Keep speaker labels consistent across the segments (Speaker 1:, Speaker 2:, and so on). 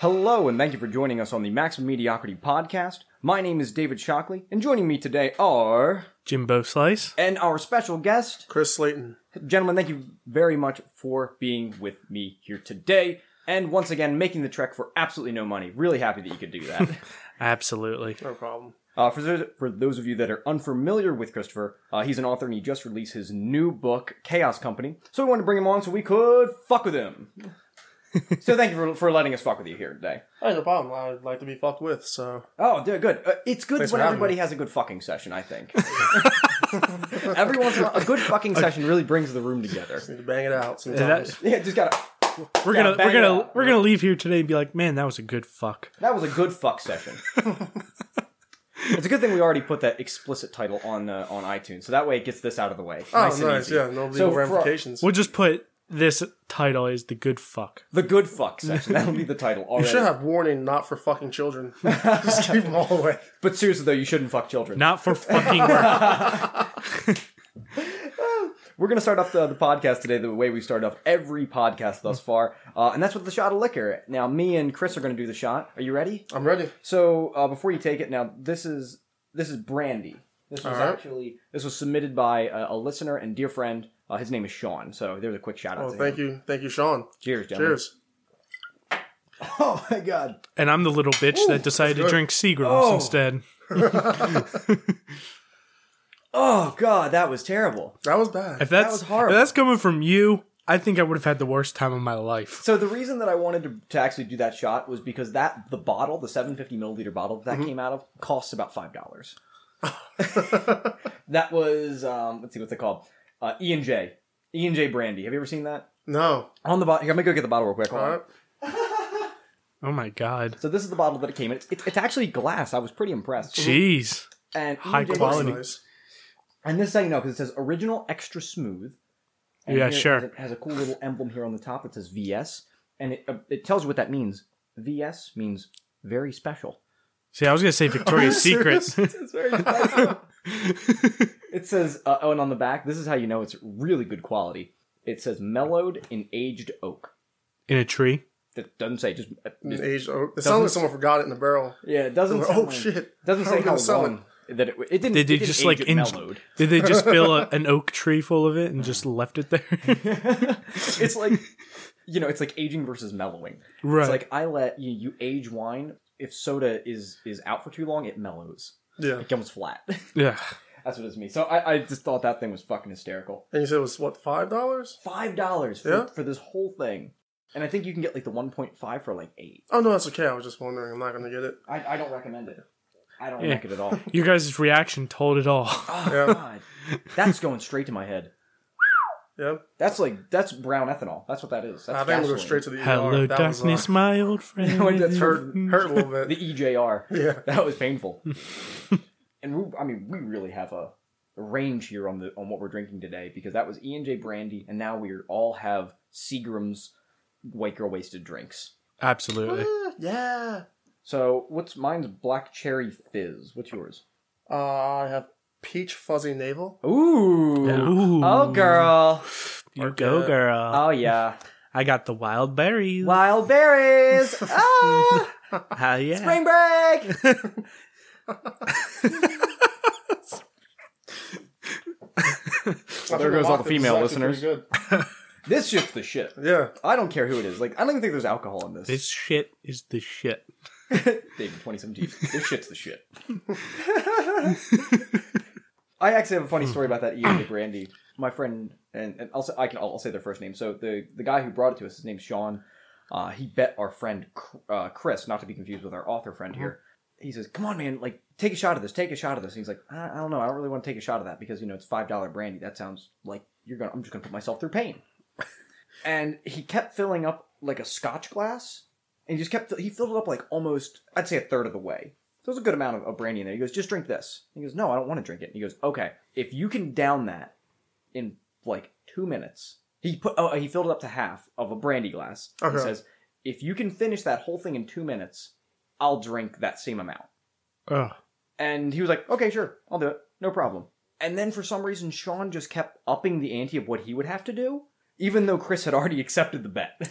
Speaker 1: Hello, and thank you for joining us on the Maximum Mediocrity Podcast. My name is David Shockley, and joining me today are.
Speaker 2: Jimbo Slice.
Speaker 1: and our special guest.
Speaker 3: Chris Slayton.
Speaker 1: Gentlemen, thank you very much for being with me here today. And once again, making the trek for absolutely no money. Really happy that you could do that.
Speaker 2: Absolutely.
Speaker 3: No problem.
Speaker 1: Uh, for, those, for those of you that are unfamiliar with Christopher, uh, he's an author and he just released his new book, Chaos Company. So we wanted to bring him on so we could fuck with him. so thank you for, for letting us fuck with you here today.
Speaker 3: Hey, no problem. I'd like to be fucked with, so
Speaker 1: Oh, dude, good. Uh, it's good
Speaker 3: Thanks
Speaker 1: when
Speaker 3: for having
Speaker 1: everybody
Speaker 3: me.
Speaker 1: has a good fucking session, I think. Every once in a while, a good fucking session really brings the room together.
Speaker 3: need to bang it out
Speaker 2: that-
Speaker 3: sometimes.
Speaker 1: Yeah, just gotta.
Speaker 2: We're
Speaker 1: Yeah,
Speaker 2: gonna
Speaker 1: bang
Speaker 2: we're
Speaker 1: it
Speaker 2: gonna
Speaker 1: out.
Speaker 2: we're gonna leave here today and be like, man, that was a good fuck.
Speaker 1: That was a good fuck session. it's a good thing we already put that explicit title on uh, on iTunes, so that way it gets this out of the way.
Speaker 3: oh,
Speaker 1: and
Speaker 3: nice.
Speaker 1: easy.
Speaker 3: Yeah, no legal
Speaker 1: So for-
Speaker 3: ramifications.
Speaker 2: We'll just put this title is the good fuck.
Speaker 1: The good fuck session. That'll be the title
Speaker 3: you
Speaker 1: already.
Speaker 3: should have warning not for fucking children. just keep them all away.
Speaker 1: But seriously though, you shouldn't fuck children.
Speaker 2: Not for fucking
Speaker 1: We're gonna start off the, the podcast today the way we started off every podcast thus far, uh, and that's with the shot of liquor. Now, me and Chris are gonna do the shot. Are you ready?
Speaker 3: I'm ready.
Speaker 1: So uh, before you take it, now this is this is brandy. This was
Speaker 3: Alright.
Speaker 1: actually this was submitted by a, a listener and dear friend. Uh, his name is Sean. So there's a quick shout out.
Speaker 3: Oh,
Speaker 1: to
Speaker 3: thank
Speaker 1: him.
Speaker 3: you. Thank you, Sean.
Speaker 1: Cheers, gentlemen.
Speaker 3: Cheers.
Speaker 1: Oh my god.
Speaker 2: And I'm the little bitch that decided to drink Seagrams
Speaker 1: Oh.
Speaker 2: instead.
Speaker 1: Oh god, that was terrible.
Speaker 3: That was bad.
Speaker 2: If that's
Speaker 1: was horrible.
Speaker 2: if that's coming from you, I think I would have had the worst time of my life.
Speaker 1: So the reason that I wanted to, to actually do that shot was because that the bottle, the 750 milliliter bottle that
Speaker 3: Mm-hmm.
Speaker 1: came out of, costs about five dollars. that was um, let's see what's it called, uh, E and J, E and J brandy. Have you ever seen that
Speaker 3: no.
Speaker 1: on the bottle? Here, I'm gonna go get the bottle real quick. Hold on.
Speaker 3: All right.
Speaker 2: Oh my god.
Speaker 1: So this is the bottle that it came in. It's, it's, it's actually glass. I was pretty impressed.
Speaker 2: Jeez.
Speaker 1: And
Speaker 2: High
Speaker 1: E&J
Speaker 2: quality.
Speaker 3: Nice.
Speaker 1: And this is how you know because it says original extra smooth.
Speaker 2: Yeah,
Speaker 1: here it
Speaker 2: sure.
Speaker 1: Has a, has a cool little emblem here on the top that says VS, and it uh, it tells you what that means. VS means very special.
Speaker 2: See, I was gonna say Victoria's Secret.
Speaker 1: It's very special. it says, uh, oh, and on the back, this is how you know it's really good quality. It says mellowed in aged oak.
Speaker 2: In a tree.
Speaker 1: That doesn't say just. uh,
Speaker 3: An
Speaker 1: just-
Speaker 3: aged oak. oh, It sounded like someone forgot it in the barrel.
Speaker 1: yeah, it doesn't.
Speaker 3: Oh,
Speaker 1: sound-
Speaker 3: shit.
Speaker 1: Doesn't
Speaker 3: How are
Speaker 1: say
Speaker 3: we
Speaker 1: how
Speaker 3: gonna sell
Speaker 1: long that it, it didn't.
Speaker 2: Did they
Speaker 1: it didn't
Speaker 2: just
Speaker 1: age
Speaker 2: like
Speaker 1: it
Speaker 2: in-
Speaker 1: mellowed?
Speaker 2: Did they just fill a, an oak tree full of it and just left it there?
Speaker 1: it's like you know, it's like aging versus mellowing.
Speaker 2: right.
Speaker 1: It's like I let you, you age wine. If soda is is out for too long, it mellows.
Speaker 3: Yeah.
Speaker 1: It comes flat.
Speaker 2: yeah.
Speaker 1: That's what it's me. So I, I just thought that thing was fucking hysterical.
Speaker 3: And you said it was, what, $5?
Speaker 1: Five dollars for,
Speaker 3: Yeah.
Speaker 1: for this whole thing, and I think you can get like the one point five for like eight.
Speaker 3: Oh, no, that's okay. I was just wondering. I'm not going to get it.
Speaker 1: I, I don't recommend it. I don't
Speaker 2: Yeah.
Speaker 1: like it at all.
Speaker 2: Your guys' reaction told it all.
Speaker 1: Oh
Speaker 3: Yeah.
Speaker 1: god, that's going straight to my head.
Speaker 3: Yeah.
Speaker 1: That's like that's brown ethanol. That's what that is. That's
Speaker 3: I think I'm going to go
Speaker 1: gasoline.
Speaker 3: straight to the ER.
Speaker 2: Hello,
Speaker 3: That was, uh,
Speaker 2: darkness, my old friend.
Speaker 1: Wait, that's her-
Speaker 3: hurt, hurt a little bit.
Speaker 1: the E EJR.
Speaker 3: Yeah.
Speaker 1: that was painful. and we, I mean, we really have a range here on the on what we're drinking today because that was E and J brandy, and now we all have Seagram's white girl wasted drinks.
Speaker 2: Absolutely.
Speaker 3: Ah, yeah.
Speaker 1: So what's mine's black cherry fizz. What's yours?
Speaker 3: Uh, I have peach fuzzy navel.
Speaker 1: Ooh,
Speaker 2: Ooh.
Speaker 1: oh girl,
Speaker 2: You go, girl.
Speaker 1: oh yeah,
Speaker 2: I got the wild berries.
Speaker 1: wild berries. Ah,
Speaker 2: Hell yeah.
Speaker 1: spring break. There goes all the female listeners. This shit's the shit.
Speaker 3: Yeah.
Speaker 1: I don't care who it is. Like I don't even think there's alcohol in this.
Speaker 2: This shit is the shit.
Speaker 1: David 2017. This shit's the shit. I actually have a funny story about that Ian Brandy. My friend, and, and I'll say, I can, I'll, I'll say their first name. So the, the guy who brought it to us, his name's Sean. Uh, he bet our friend C- uh, Chris, not to be confused with our author friend here. He says, "Come on, man! Like, take a shot of this. Take a shot of this." And he's like, "I, I don't know. I don't really want to take a shot of that because you know it's five dollar brandy. That sounds like you're gonna. I'm just gonna put myself through pain." and he kept filling up like a Scotch glass, and he just kept. He filled it up like almost, I'd say, a third of the way. So there's a good amount of, of brandy in there. He goes, "Just drink this." He goes, "No, I don't want to drink it." And he goes, "Okay, if you can down that in like two minutes. He put oh, he filled it up to half of a brandy glass. He
Speaker 3: Okay.
Speaker 1: says, if you can finish that whole thing in two minutes, I'll drink that same amount.
Speaker 2: Ugh.
Speaker 1: And he was like, okay, sure, I'll do it, no problem. And then for some reason, Sean just kept upping the ante of what he would have to do, even though Chris had already accepted the bet.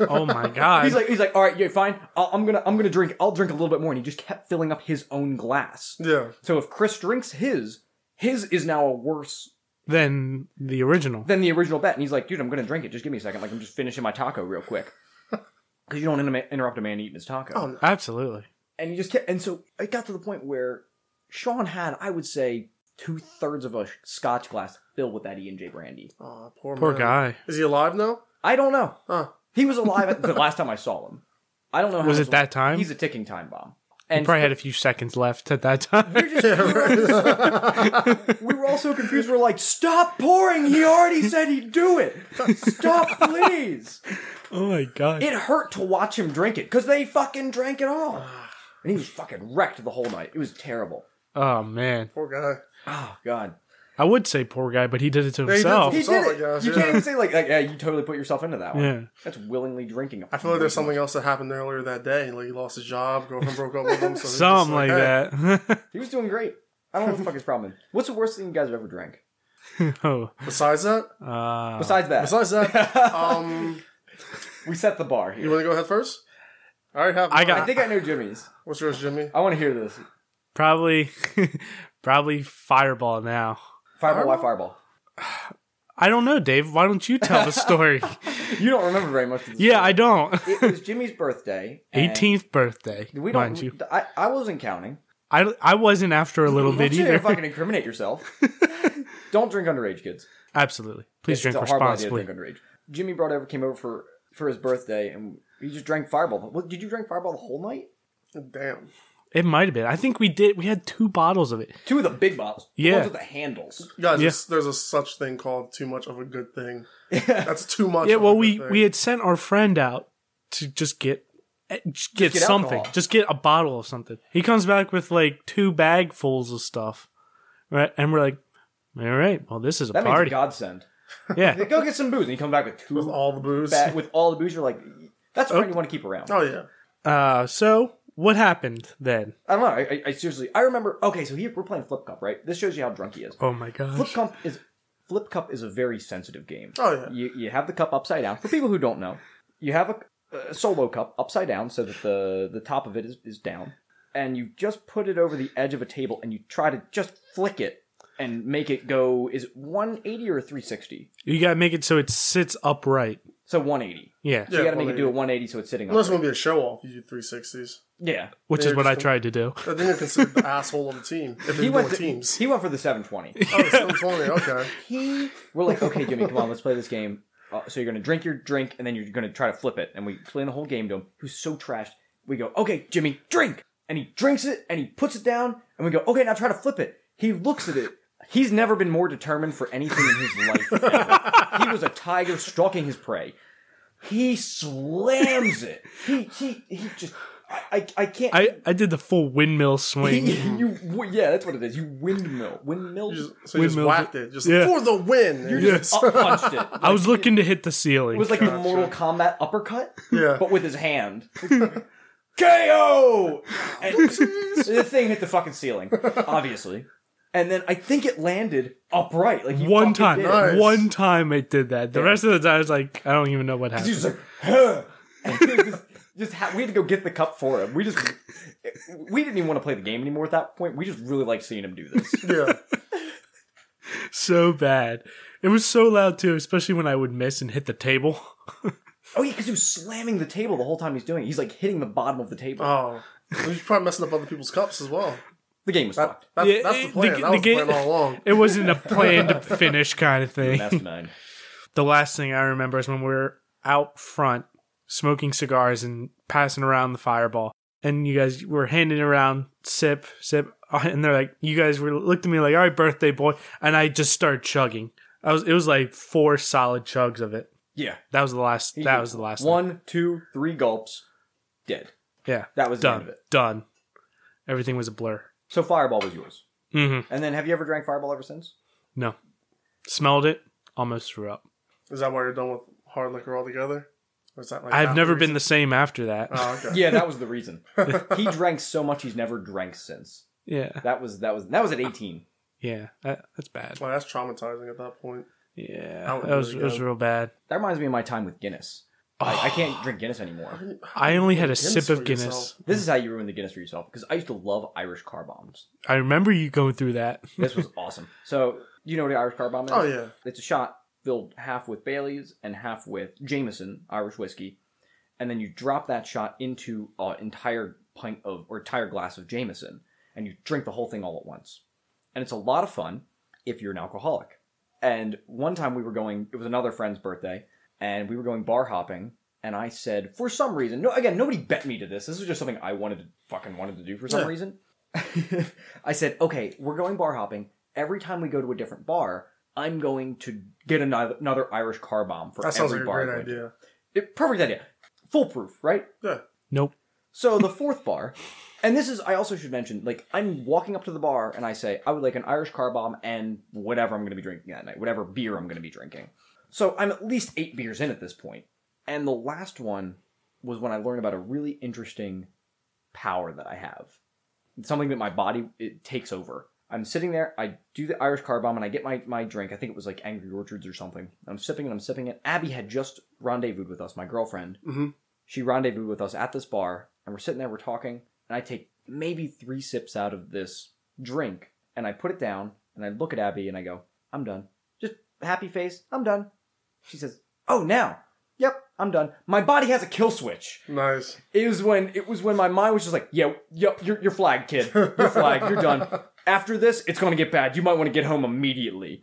Speaker 2: Oh my god.
Speaker 1: he's like, he's like, all right, yeah, fine, I'll, I'm gonna, I'm gonna drink, I'll drink a little bit more. And he just kept filling up his own glass.
Speaker 3: Yeah.
Speaker 1: So if Chris drinks his, his is now a worse
Speaker 2: then the original.
Speaker 1: than the original bet. And he's like, dude, I'm going to drink it. Just give me a second. Like, I'm just finishing my taco real quick. Because you don't inter- interrupt a man eating his taco.
Speaker 3: Oh, no.
Speaker 2: Absolutely.
Speaker 1: And you just kept, and so it got to the point where Sean had, I would say, two thirds of a scotch glass filled with that E and J brandy.
Speaker 3: Aw, poor
Speaker 2: Poor
Speaker 1: Uh,
Speaker 3: man.
Speaker 2: guy.
Speaker 3: Is he alive now?
Speaker 1: I don't know.
Speaker 3: Huh.
Speaker 1: He was alive at the last time I saw him. I don't know. How
Speaker 2: Was
Speaker 1: much-
Speaker 2: it that time?
Speaker 1: uh, He's a ticking time bomb.
Speaker 2: He
Speaker 1: And
Speaker 2: probably had a few seconds left at that time.
Speaker 1: we were just- we were just- we were all so confused. We're like, stop pouring. He already said he'd do it. Stop, please.
Speaker 2: oh my god.
Speaker 1: It hurt to watch him drink it because they fucking drank it all. And he was fucking wrecked the whole night. It was terrible.
Speaker 2: oh man.
Speaker 3: Poor guy.
Speaker 1: Oh, God. I
Speaker 2: I would say poor guy, but he did it to
Speaker 3: he did.
Speaker 2: himself.
Speaker 1: He
Speaker 3: It's all
Speaker 1: did it.
Speaker 3: I guess,
Speaker 1: you
Speaker 3: yeah.
Speaker 1: can't even say, like, like, yeah, you totally put yourself into that one.
Speaker 2: Yeah.
Speaker 1: That's willingly drinking.
Speaker 3: I feel like there's something else that happened earlier that day. Like he lost his job, girlfriend broke up with him. So he's just
Speaker 2: Something like
Speaker 3: hey.
Speaker 2: that.
Speaker 1: He was doing great. I don't know what the fuck his problem is. What's the worst thing you guys have ever drank?
Speaker 2: oh.
Speaker 3: Besides that,
Speaker 2: Uh,
Speaker 1: Besides that,
Speaker 3: besides that, um,
Speaker 1: we set the bar
Speaker 3: you
Speaker 1: here.
Speaker 3: want to go ahead first? All right, have.
Speaker 2: I
Speaker 1: I
Speaker 2: got-
Speaker 1: think I know Jimmy's.
Speaker 3: What's yours, Jimmy?
Speaker 1: I want to hear this.
Speaker 2: probably probably fireball now.
Speaker 1: Fireball, why fireball?
Speaker 2: I don't know, Dave. Why don't you tell the story?
Speaker 1: You don't remember very much. Of this
Speaker 2: yeah, I don't.
Speaker 1: It was Jimmy's birthday. and
Speaker 2: 18th birthday,
Speaker 1: We don't.
Speaker 2: mind you.
Speaker 1: I, I wasn't counting.
Speaker 2: I, I wasn't after a little
Speaker 1: Don't
Speaker 2: bit
Speaker 1: sit there and
Speaker 2: either.
Speaker 1: fucking incriminate yourself. Don't drink underage, kids.
Speaker 2: Absolutely. Please
Speaker 1: It's
Speaker 2: drink
Speaker 1: a horrible idea to
Speaker 2: responsibly.
Speaker 1: drink underage. Jimmy brought over, came over for for his birthday, and he just drank Fireball. What, did you drink Fireball the whole night?
Speaker 3: Damn.
Speaker 2: It might have been. I think we did. We had two bottles of it.
Speaker 1: Two of the big bottles. The
Speaker 2: Yeah.
Speaker 1: ones with the handles.
Speaker 3: Guys,
Speaker 2: Yeah.
Speaker 3: it's- there's a such thing called too much of a good thing. That's too much.
Speaker 2: Yeah,
Speaker 3: of a
Speaker 2: well,
Speaker 3: good
Speaker 2: we
Speaker 3: thing.
Speaker 2: we had sent our friend out to just get eh, just get,
Speaker 1: get
Speaker 2: something,
Speaker 1: alcohol.
Speaker 2: just get a bottle of something. He comes back with like two bagfuls of stuff, right? And we're like, all right, well, this is a
Speaker 1: That means
Speaker 2: party.
Speaker 1: godsend.
Speaker 2: yeah,
Speaker 1: Like, Go get some booze, and you come back with two
Speaker 3: with all the booze.
Speaker 1: ba- with all the booze. You're like, that's a friend you want to keep around.
Speaker 3: Oh yeah.
Speaker 2: Uh, so what happened then?
Speaker 1: I don't know. I, I, I seriously, I remember. Okay, so he, we're playing Flip Cup, right? This shows you how drunk he is.
Speaker 2: Oh my
Speaker 1: Flip
Speaker 2: gosh!
Speaker 1: Cup is Flip Cup is a very sensitive game.
Speaker 3: Oh yeah.
Speaker 1: you, you have the cup upside down. For people who don't know, you have a, a solo cup upside down so that the, the top of it is, is down, and you just put it over the edge of a table and you try to just flick it and make it go is it 180 or 360?
Speaker 2: You gotta make it so it sits upright.
Speaker 1: So 180.
Speaker 2: Yeah,
Speaker 1: So you
Speaker 3: Yeah,
Speaker 1: gotta make it do a 180 so it's sitting
Speaker 3: Unless
Speaker 1: up.
Speaker 3: you want to be a show off, you do three sixties.
Speaker 1: Yeah.
Speaker 2: which is
Speaker 3: they're
Speaker 2: what I
Speaker 3: just-
Speaker 2: tried to do.
Speaker 3: I think you're considered the asshole of the team if
Speaker 1: He
Speaker 3: there's more
Speaker 1: went, to-
Speaker 3: teams.
Speaker 1: he went for the 720.
Speaker 3: oh, it's still twenty. Okay.
Speaker 1: he we're like okay jimmy come on let's play this game uh, so you're gonna drink your drink and then you're gonna try to flip it and we explain the whole game to him who's so trashed we go okay jimmy drink and he drinks it and he puts it down and we go okay now try to flip it he looks at it he's never been more determined for anything in his life ever. he was a tiger stalking his prey he slams it he he, he just I, I, I can't
Speaker 2: I I did the full windmill swing.
Speaker 1: you, yeah that's what it is you windmill windmill
Speaker 3: You just, so you just
Speaker 2: Windmills.
Speaker 3: whacked it, just
Speaker 2: Yeah.
Speaker 3: for the win. And
Speaker 2: Yes.
Speaker 3: just-
Speaker 1: up punched it
Speaker 2: I was looking to hit the
Speaker 1: It
Speaker 2: ceiling.
Speaker 1: was like the Mortal Kombat uppercut,
Speaker 3: Yeah.
Speaker 1: but with his hand. KO! And the thing hit the fucking ceiling, obviously. And then I think it landed upright. Like he
Speaker 2: one
Speaker 1: fucking
Speaker 2: time,
Speaker 1: did it.
Speaker 3: Nice.
Speaker 2: one time it did that. The
Speaker 1: Yeah.
Speaker 2: rest of the time, I was like, I don't even know what
Speaker 1: He was
Speaker 2: happened.
Speaker 1: like, huh. And he was just, just ha- we had to go get the cup for him. We just we didn't even want to play the game anymore at that point. We just really liked seeing him do this.
Speaker 3: yeah.
Speaker 2: So bad. It was so loud too, especially when I would miss and hit the table.
Speaker 1: Oh yeah, because he was slamming the table the whole time he's doing it. He's like hitting the bottom of the table.
Speaker 3: Oh, he was probably messing up other people's cups as well.
Speaker 1: the game was fucked.
Speaker 3: That,
Speaker 2: Yeah,
Speaker 3: that's the
Speaker 2: it-
Speaker 3: plan.
Speaker 2: the-
Speaker 3: that was
Speaker 2: the
Speaker 3: the plan
Speaker 2: ga-
Speaker 3: all along.
Speaker 2: It wasn't a plan to finish kind of thing.
Speaker 1: Mastermind.
Speaker 2: the last thing I remember is when we were out front smoking cigars and passing around the fireball. And you guys were handing around sip, sip, and they're like, you guys were looked at me like, all right, birthday boy, and I just started chugging. I was, it was like four solid chugs of it.
Speaker 1: Yeah,
Speaker 2: That was the last.
Speaker 1: He
Speaker 2: that
Speaker 1: did
Speaker 2: was the last One.
Speaker 1: One, two, three gulps, dead.
Speaker 2: Yeah,
Speaker 1: That was the end
Speaker 2: done.
Speaker 1: of it.
Speaker 2: Done. Everything was a blur.
Speaker 1: So Fireball was yours.
Speaker 2: hmm
Speaker 1: And then have you ever drank Fireball ever since?
Speaker 2: No, smelled it, almost threw up.
Speaker 3: Is that why you're done with hard liquor altogether? Or is that like
Speaker 2: I've
Speaker 3: half
Speaker 2: never
Speaker 3: the
Speaker 2: been the same after that.
Speaker 3: reason? Oh, okay.
Speaker 1: Yeah, that was the reason. he drank so much he's never drank since.
Speaker 2: yeah,
Speaker 1: That was that was that was at eighteen.
Speaker 2: yeah, that, that's bad.
Speaker 3: Well, that's traumatizing at that point. I
Speaker 2: Yeah,
Speaker 3: wouldn't
Speaker 2: that was
Speaker 3: do it
Speaker 2: it was
Speaker 3: again.
Speaker 2: real bad.
Speaker 1: That reminds me of my time with Guinness. I, I can't drink Guinness anymore.
Speaker 2: I only had a
Speaker 3: Guinness
Speaker 2: sip
Speaker 3: for
Speaker 2: of Guinness.
Speaker 3: yourself.
Speaker 1: This is how you ruined the Guinness for yourself because I used to love Irish car bombs.
Speaker 2: I remember you going through that.
Speaker 1: This was awesome. So you know what an Irish car bomb is?
Speaker 3: Oh yeah.
Speaker 1: It's a shot filled half with Bailey's and half with Jameson Irish whiskey, and then you drop that shot into an entire pint of or entire glass of Jameson, and you drink the whole thing all at once. And it's a lot of fun if you're an alcoholic. And one time we were going, it was another friend's birthday, and we were going bar hopping. And I said, for some reason, no, again, nobody bet me to this. This was just something I wanted to fucking wanted to do for some
Speaker 3: Yeah.
Speaker 1: reason. I said, okay, we're going bar hopping. Every time we go to a different bar, I'm going to get another, another Irish car bomb for
Speaker 3: That sounds
Speaker 1: every
Speaker 3: like a
Speaker 1: bar. I
Speaker 3: great
Speaker 1: go to."
Speaker 3: idea.
Speaker 1: It- perfect idea. Foolproof, right?
Speaker 3: Yeah.
Speaker 2: Nope.
Speaker 1: So the fourth bar, and this is I also should mention, like I'm walking up to the bar and I say I would like an Irish car bomb and whatever I'm going to be drinking that night, whatever beer I'm going to be drinking. So I'm at least eight beers in at this point, and the last one was when I learned about a really interesting power that I have, It's something that my body it takes over. I'm sitting there, I do the Irish car bomb and I get my, my drink. I think it was like Angry Orchards or something. I'm sipping it, I'm sipping it. Abby had just rendezvoused with us, my girlfriend,
Speaker 3: hmm
Speaker 1: she rendezvoused with us at this bar, and we're sitting there, we're talking, and I take maybe three sips out of this drink, and I put it down, and I look at Abby, and I go, I'm done. Just happy face, I'm done. She says, Oh, now. Yep, I'm done. My body has a kill switch.
Speaker 3: Nice.
Speaker 1: It was when it was when my mind was just like, yeah, yep, you're, you're flagged, kid. You're flagged. You're done. After this, it's gonna get bad. You might want to get home immediately.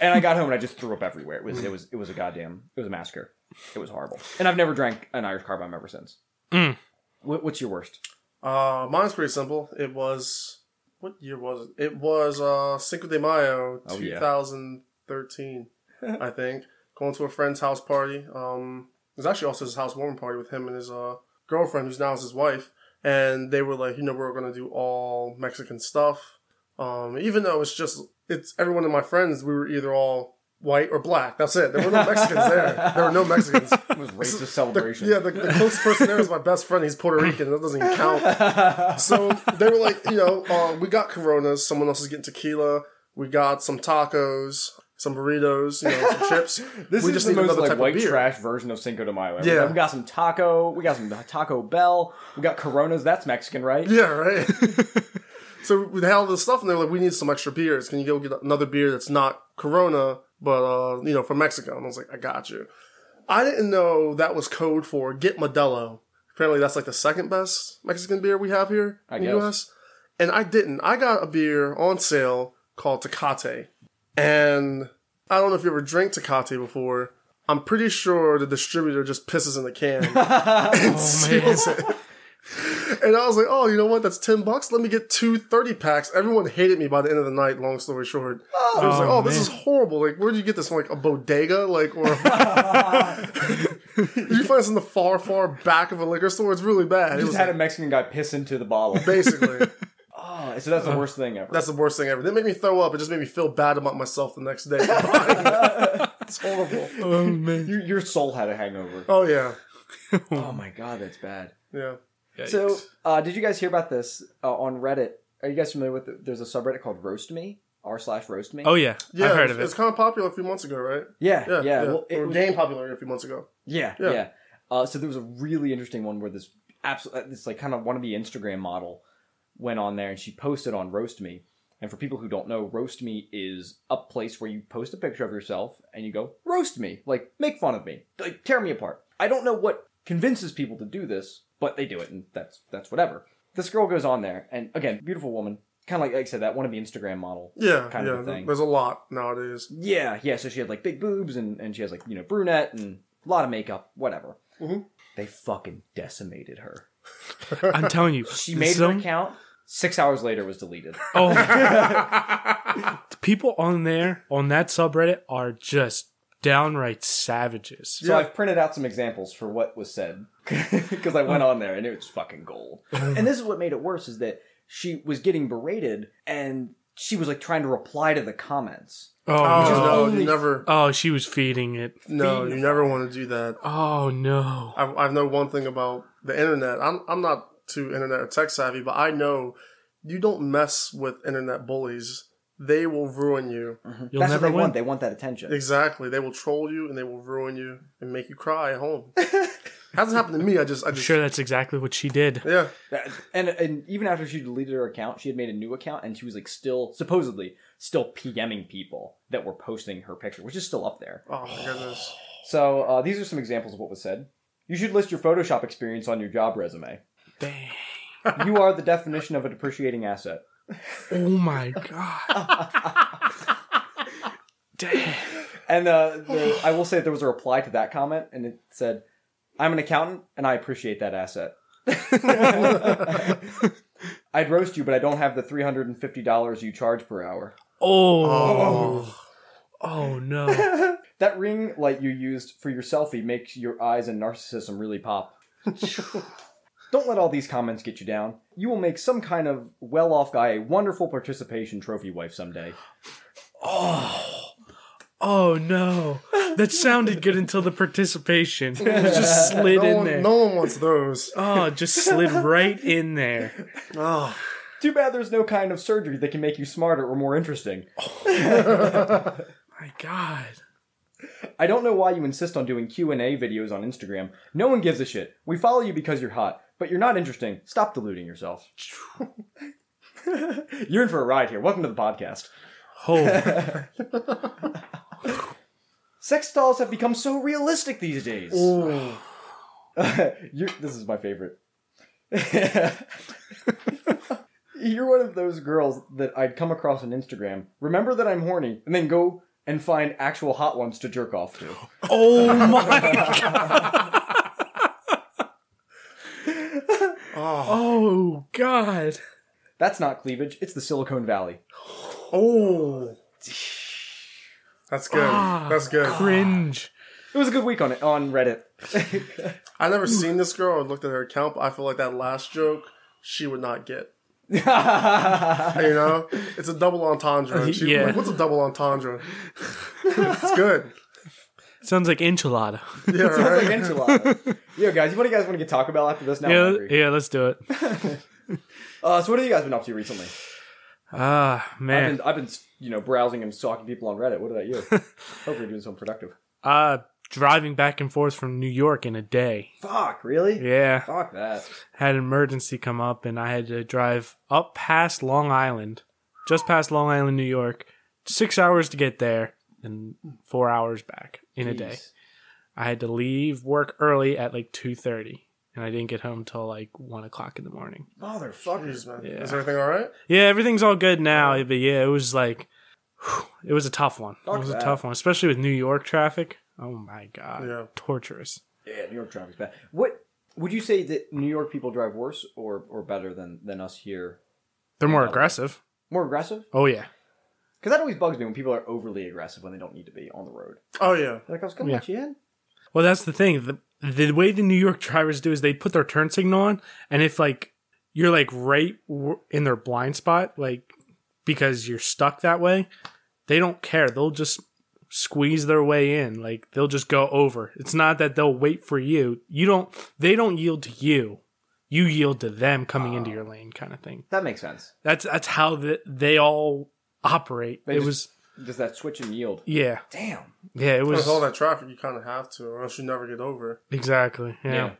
Speaker 1: And I got home and I just threw up everywhere. It was it was it was a goddamn it was a massacre. It was horrible. And I've never drank an Irish car bomb ever since.
Speaker 2: Mm.
Speaker 1: What, what's your worst?
Speaker 3: Uh, mine's pretty simple. It was what year was it? It was uh Cinco de Mayo,
Speaker 1: Oh, yeah.
Speaker 3: 2013, I think. Going to a friend's house party. Um, it was actually also his housewarming party with him and his uh girlfriend, who's now his wife. And they were like, you know, we're gonna do all Mexican stuff. Um, even though it's just it's everyone of my friends, we were either all white or black. That's it. There were no Mexicans there. There were no Mexicans.
Speaker 1: It was racist celebration.
Speaker 3: Yeah, the, the closest person there is my best friend. He's Puerto Rican. That doesn't even count. So they were like, you know, uh, we got Coronas. Someone else is getting tequila. We got some tacos, some burritos, you know, some chips.
Speaker 1: This
Speaker 3: we
Speaker 1: is
Speaker 3: just
Speaker 1: the
Speaker 3: need
Speaker 1: most
Speaker 3: another
Speaker 1: like
Speaker 3: type
Speaker 1: white
Speaker 3: of beer.
Speaker 1: trash version of Cinco de Mayo.
Speaker 3: Yeah.
Speaker 1: we got some taco. We got some Taco Bell. We got Coronas. That's Mexican, right?
Speaker 3: Yeah, right. so we had all this stuff, and they're like, we need some extra beers. Can you go get another beer that's not Corona, but uh, you know, from Mexico? And I was like, I got you. I didn't know that was code for get Modelo. Apparently, that's like the second best Mexican beer we have here
Speaker 1: I
Speaker 3: in
Speaker 1: guess.
Speaker 3: the U.S. And I didn't. I got a beer on sale called Tecate, and I don't know if you ever drank Tecate before. I'm pretty sure the distributor just pisses in the can and seals it. And I was like, oh, you know what? That's 10 bucks. Let me get two 30 packs. Everyone hated me by the end of the night, long story short. I was like, oh, this is horrible. Like, where did you get this from? Like, a bodega? Like, or. Did you find this in the far, far back of a liquor store? It's really bad. It
Speaker 1: Just
Speaker 3: was
Speaker 1: had a Mexican guy piss into the bottle.
Speaker 3: basically.
Speaker 1: Oh, so that's the worst thing ever.
Speaker 3: That's the worst thing ever. It made me throw up. It just made me feel bad about myself the next day. it's horrible.
Speaker 2: Oh man.
Speaker 1: Your, your soul had a hangover.
Speaker 3: Oh, yeah.
Speaker 1: Oh my god, that's bad.
Speaker 3: Yeah.
Speaker 1: So, uh, did you guys hear about this uh, on Reddit? Are you guys familiar with? The, there's a subreddit called Roast Me, r slash Roast Me.
Speaker 2: oh yeah,
Speaker 3: Yeah,
Speaker 2: I've heard
Speaker 3: it's,
Speaker 2: of it.
Speaker 3: it's kind of popular a few months ago, right?
Speaker 1: yeah, yeah,
Speaker 3: Yeah, yeah.
Speaker 1: Well, it
Speaker 3: or
Speaker 1: was-
Speaker 3: game popular a few months ago.
Speaker 1: yeah, yeah.
Speaker 3: Yeah.
Speaker 1: Uh, so there was a really interesting one where this absolute, this like kind of wannabe Instagram model went on there and she posted on Roast Me And for people who don't know, roast me is a place where you post a picture of yourself and you go, roast me. Like, make fun of me. Like, tear me apart. I don't know what convinces people to do this, but they do it, and that's that's whatever. This girl goes on there, and again, beautiful woman. Kind of like, like I said, that wannabe Instagram model.
Speaker 3: Yeah,
Speaker 1: Kind
Speaker 3: yeah.
Speaker 1: of a thing.
Speaker 3: There's a lot nowadays.
Speaker 1: Yeah, yeah. So she had like big boobs, and, and she has like, you know, brunette and a lot of makeup, whatever.
Speaker 3: Mhm.
Speaker 1: They fucking decimated her.
Speaker 2: I'm telling you,
Speaker 1: She made her
Speaker 2: some-
Speaker 1: account. Six hours later was deleted.
Speaker 2: Oh, the oh. people on there on that subreddit are just downright savages.
Speaker 1: So I've printed out some examples for what was said because I went on there and it was fucking gold. and this is what made it worse is that she was getting berated and she was like trying to reply to the comments.
Speaker 2: Oh, no.
Speaker 3: Oh no,
Speaker 1: only-
Speaker 3: you never.
Speaker 2: oh, she was feeding it.
Speaker 3: No, you never want to do that.
Speaker 2: Oh no.
Speaker 3: I, I know one thing about the internet. I'm I'm not too internet or tech savvy, but I know you don't mess with internet bullies. They will ruin you.
Speaker 2: You'll
Speaker 1: That's
Speaker 2: never
Speaker 1: what they
Speaker 2: win.
Speaker 1: want. They want that attention.
Speaker 3: Exactly. They will troll you and they will ruin you and make you cry at home. Hasn't happened to me. I just I just
Speaker 2: Sure, that's exactly what she did.
Speaker 3: yeah.
Speaker 1: That- And and even after she deleted her account, she had made a new account and she was like still supposedly still PMing people that were posting her picture, which is still up there.
Speaker 3: Oh my goodness.
Speaker 1: So uh, these are some examples of what was said. You should list your Photoshop experience on your job resume.
Speaker 2: Dang.
Speaker 1: You are the definition of a depreciating asset.
Speaker 2: Oh my god. Dang.
Speaker 1: And uh, the, I will say there was a reply to that comment, and it said, "I'm an accountant, and I appreciate that asset. I'd roast you, but I don't have the three hundred and fifty dollars you charge per hour.
Speaker 2: Oh. oh. no.
Speaker 1: That ring light you used for your selfie makes your eyes and narcissism really pop." Don't let all these comments get you down. You will make some kind of well off guy a wonderful participation trophy wife someday.
Speaker 2: Oh no. That sounded good until the participation. It just slid
Speaker 3: No
Speaker 2: in
Speaker 3: one,
Speaker 2: there.
Speaker 3: no one wants those.
Speaker 2: Oh, it just slid right in there.
Speaker 3: Oh,
Speaker 1: Too bad there's no kind of surgery that can make you smarter or more interesting.
Speaker 2: My god.
Speaker 1: I don't know why you insist on doing Q&A videos on Instagram. No one gives a shit. We follow you because you're hot, but you're not interesting. Stop deluding yourself. you're in for a ride here. Welcome to the podcast.
Speaker 2: Oh,
Speaker 1: Sex dolls have become so realistic these days.
Speaker 3: Ooh.
Speaker 1: you're, this is my favorite. you're one of those girls that I'd come across on Instagram. Remember that I'm horny, and then go and find actual hot ones to jerk off to.
Speaker 2: oh my.
Speaker 3: oh,
Speaker 2: Oh god.
Speaker 1: That's not cleavage. It's the Silicon Valley.
Speaker 3: oh. That's good.
Speaker 2: Ah.
Speaker 3: That's good.
Speaker 2: Cringe.
Speaker 1: It was a good week on it on Reddit.
Speaker 3: I never seen this girl or looked at her account, but I feel like that last joke she would not get. You know, it's a double entendre. She,
Speaker 2: Yeah.
Speaker 3: like, What's a double entendre? it's good.
Speaker 2: Sounds like enchilada.
Speaker 3: Yeah, right.
Speaker 1: Enchilada. Yo, guys, what do you guys want to get Taco Bell after this? Now, I'm
Speaker 2: yeah,
Speaker 1: hungry.
Speaker 2: yeah, let's do it.
Speaker 1: Uh, so, what have you guys been up to recently?
Speaker 2: Ah,
Speaker 1: I've
Speaker 2: man.
Speaker 1: been, I've been, you know, browsing and stalking people on Reddit. What about you? Hope you're doing something productive.
Speaker 2: Uh, driving back and forth from New York in a day.
Speaker 1: Fuck, really?
Speaker 2: Yeah.
Speaker 1: Fuck that.
Speaker 2: Had an emergency come up and I had to drive up past Long Island, just past Long Island, New York, six hours to get there and four hours back in a day.
Speaker 1: Jeez.
Speaker 2: I had to leave work early at like 2.30 and I didn't get home till like 1 o'clock in the morning.
Speaker 1: Motherfuckers.
Speaker 3: Jeez, man.
Speaker 2: Yeah.
Speaker 3: Is everything all right?
Speaker 2: Yeah, everything's all good now, but yeah, it was like whew, it was a tough one.
Speaker 1: Fuck
Speaker 2: it was
Speaker 1: that.
Speaker 2: a tough one, especially with New York traffic. Oh my god.
Speaker 3: Yeah.
Speaker 2: Torturous.
Speaker 1: Yeah, New York traffic's bad. What would you say that New York people drive worse or or better than than us here?
Speaker 2: They're more aggressive.
Speaker 1: More aggressive?
Speaker 2: Oh yeah.
Speaker 1: Because that always bugs me when people are overly aggressive when they don't need to be on the road.
Speaker 3: Oh yeah.
Speaker 1: They're like, I was gonna
Speaker 2: Yeah.
Speaker 1: let you in.
Speaker 2: Well, that's the thing. The, the way the New York drivers do is they put their turn signal on, and if like you're like right w- in their blind spot, like because you're stuck that way, they don't care. They'll just squeeze their way in. Like they'll just go over. It's not that they'll wait for you. You don't. They don't yield to you. You yield to them coming
Speaker 1: Ah.
Speaker 2: into your lane, kind of thing.
Speaker 1: That makes sense.
Speaker 2: That's that's how the, they all operate.
Speaker 1: They
Speaker 2: it
Speaker 1: just-
Speaker 2: was
Speaker 1: Does that switch and yield?
Speaker 2: yeah,
Speaker 1: Damn.
Speaker 2: yeah. It was
Speaker 3: With all that traffic, you kind of have to, or else you never get over.
Speaker 2: exactly yeah.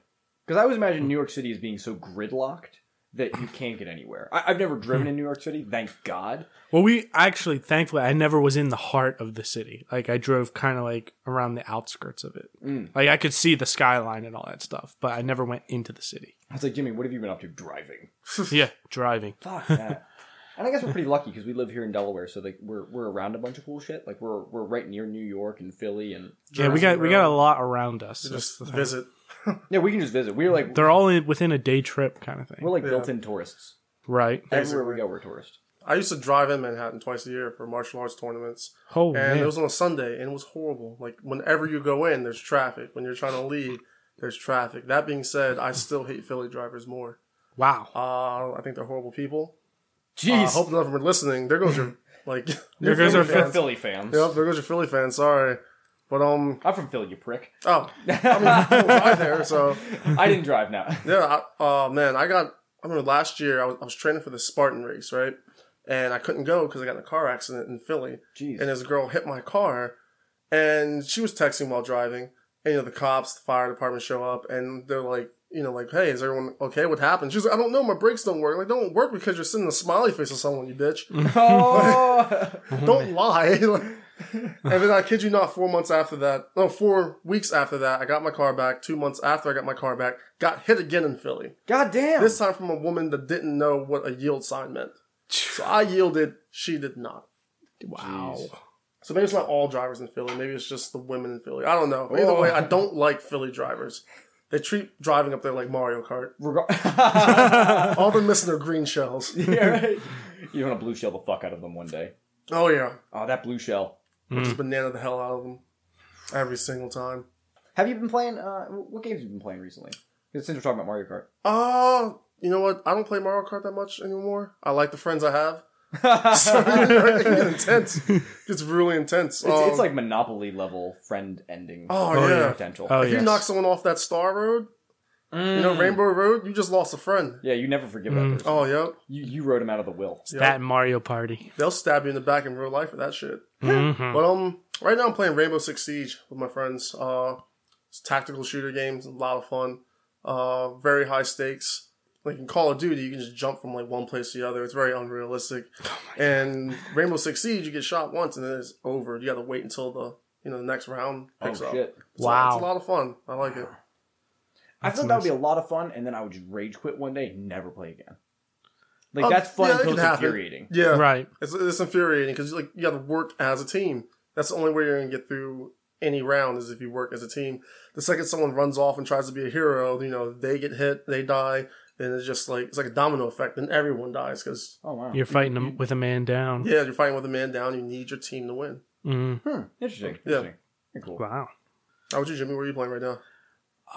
Speaker 1: Because I always imagine New York City as being so gridlocked that you can't get anywhere. I, I've never driven in New York City, thank God.
Speaker 2: Well, we actually, thankfully, I never was in the heart of the city. Like, I drove kind of like around the outskirts of it.
Speaker 3: Mm.
Speaker 2: Like, I could see the skyline and all that stuff, but I never went into the city.
Speaker 1: I was like, Jimmy, what have you been up to driving?
Speaker 2: yeah, driving.
Speaker 1: Fuck that. And I guess we're pretty lucky because we live here in Delaware, so like we're we're around a bunch of cool shit. Like we're we're right near New York and Philly, and
Speaker 2: Yeah, we got we got a lot around us. That's
Speaker 3: Just
Speaker 2: the thing.
Speaker 3: visit.
Speaker 1: yeah, we can just visit. We're like
Speaker 2: They're all in, within a day trip kind of thing,
Speaker 1: we're like built-in tourists.
Speaker 2: right?
Speaker 1: Everywhere we go, we're tourists.
Speaker 3: I used to drive in Manhattan twice a year for martial arts tournaments,
Speaker 2: Oh
Speaker 3: and
Speaker 2: man,
Speaker 3: it was on a Sunday, and it was horrible. Like whenever you go in, there's traffic. When you're trying to leave, there's traffic. That being said, I still hate Philly drivers more.
Speaker 2: wow.
Speaker 3: Uh, I think they're horrible people. Uh, I
Speaker 1: Jeez,
Speaker 3: hope none of them are listening. There goes your like.
Speaker 2: There goes our
Speaker 1: we're
Speaker 3: fans.
Speaker 1: Philly fans.
Speaker 3: Yep, there goes your Philly fan. Sorry, but um,
Speaker 1: I'm from Philly, you prick.
Speaker 3: oh, I mean, I don't drive there, so
Speaker 1: I didn't drive now.
Speaker 3: yeah. I, uh, man, I got. I remember last year I was, I was training for the Spartan race, right? And I couldn't go because I got in a car accident in Philly,
Speaker 1: Jeez.
Speaker 3: and this girl hit my car, and she was texting while driving. And you know, the cops, the fire department show up, and they're like, you know, like, hey, is everyone okay? What happened? She's like, I don't know, my brakes don't work. Like, don't work because you're sending a smiley face to someone, you bitch.
Speaker 1: Oh,
Speaker 3: Don't lie. Like- and then I kid you not, four months after that, no, four weeks after that, I got my car back. Two months after I got my car back, got hit again in Philly.
Speaker 1: god damn.
Speaker 3: This time from a woman that didn't know what a yield sign meant. So I yielded, she did not.
Speaker 2: Wow.
Speaker 3: So maybe it's not all drivers in Philly. Maybe it's just the women in Philly. I don't know. Either way, I don't like Philly drivers. They treat driving up there like Mario Kart.
Speaker 1: Regar-
Speaker 3: All they're missing are green shells.
Speaker 1: yeah, right. You want to blue shell the fuck out of them one day.
Speaker 3: Oh yeah,
Speaker 1: Oh, that blue shell.
Speaker 3: just banana the hell out of them every single time.
Speaker 1: Have you been playing? Uh, what games have you been playing recently? 'Cause Since we're talking about Mario Kart,
Speaker 3: Uh, you know what? I don't play Mario Kart that much anymore. I like the friends I have. So, it can get intense. It's really intense.
Speaker 1: it's,
Speaker 3: Um,
Speaker 1: it's like Monopoly level friend ending.
Speaker 3: Oh, Oh, yeah. yeah.
Speaker 1: potential.
Speaker 2: Oh
Speaker 3: if
Speaker 2: yes.
Speaker 3: you knock someone off that Star Road, you know Rainbow Road, you just lost a friend.
Speaker 1: Yeah, you never forgive
Speaker 2: Mm.
Speaker 1: that person.
Speaker 3: Oh yep,
Speaker 1: You, you wrote him out of the will.
Speaker 3: yep.
Speaker 2: that and Mario Party.
Speaker 3: they'll stab you in the back in real life for that shit.
Speaker 2: Mhm.
Speaker 3: But um, right now I'm playing Rainbow Six Siege with my friends. Uh, it's tactical shooter games, a lot of fun. Uh, very high stakes. Like in Call of Duty, you can just jump from like one place to the other. It's very unrealistic. and Rainbow Six Siege, you get shot once and then it's over. You got to wait until the you know the next round
Speaker 1: Oh
Speaker 3: picks up.
Speaker 1: shit!
Speaker 3: So
Speaker 2: Wow.
Speaker 3: it's a lot of fun. I like it.
Speaker 1: I thought that would be a lot of fun, and then I would just rage quit one day, and never play again. Like
Speaker 3: Um,
Speaker 1: that's fun
Speaker 3: yeah, it
Speaker 1: until
Speaker 3: could
Speaker 1: it's
Speaker 3: happen.
Speaker 1: infuriating.
Speaker 3: Yeah,
Speaker 2: Mm-hmm. Right.
Speaker 3: It's, it's infuriating because like you got to work as a team. That's the only way you're gonna get through any round is if you work as a team. The second someone runs off and tries to be a hero, you know they get hit, they die. Then it's just like it's like a domino effect, and everyone dies because
Speaker 1: Oh wow!
Speaker 2: You're fighting them with a man down.
Speaker 3: yeah, you're fighting with a man down. You need your team to win.
Speaker 2: Mm.
Speaker 1: Hmm, interesting.
Speaker 3: Yeah.
Speaker 1: Interesting. Very Cool.
Speaker 2: Wow.
Speaker 3: How about you, Jimmy? Where are you playing right now?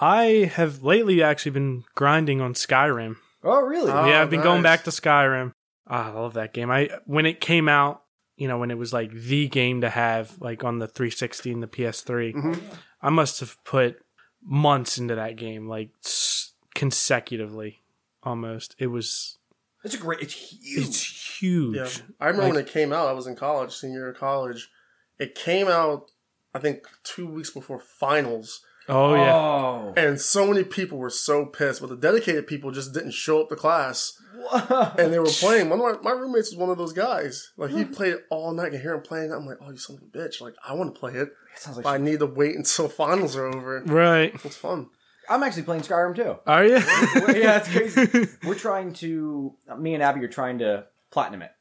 Speaker 2: I have lately actually been grinding on Skyrim.
Speaker 1: Oh really?
Speaker 3: Uh,
Speaker 2: yeah,
Speaker 3: Oh,
Speaker 2: I've been going
Speaker 3: nice.
Speaker 2: back to Skyrim. Ah, I love that game. I when it came out, you know, when it was like the game to have like on the 360 and the PS3, I must have put months into that game, like s- consecutively, almost. It was
Speaker 1: it's a great. It's huge.
Speaker 2: it's huge.
Speaker 3: Yeah, I remember
Speaker 2: Like-
Speaker 3: when it came out. I was in college, senior year of college. It came out, I think, two weeks before finals.
Speaker 2: Oh yeah,
Speaker 1: Oh.
Speaker 3: And so many people were so pissed, but the dedicated people just didn't show up to class.
Speaker 1: Oh.
Speaker 3: And they were playing. One of my, my roommates was one of those guys. Like he played it all night. I could hear him playing. I'm like, oh, you son of a bitch! Like I want to play it,
Speaker 1: That sounds
Speaker 3: but
Speaker 1: like
Speaker 3: I need to wait until finals are over.
Speaker 2: right.
Speaker 3: It's fun.
Speaker 1: I'm actually playing Skyrim too.
Speaker 2: Are you?
Speaker 1: yeah, it's crazy. We're trying to. Me and Abby are trying to platinum it,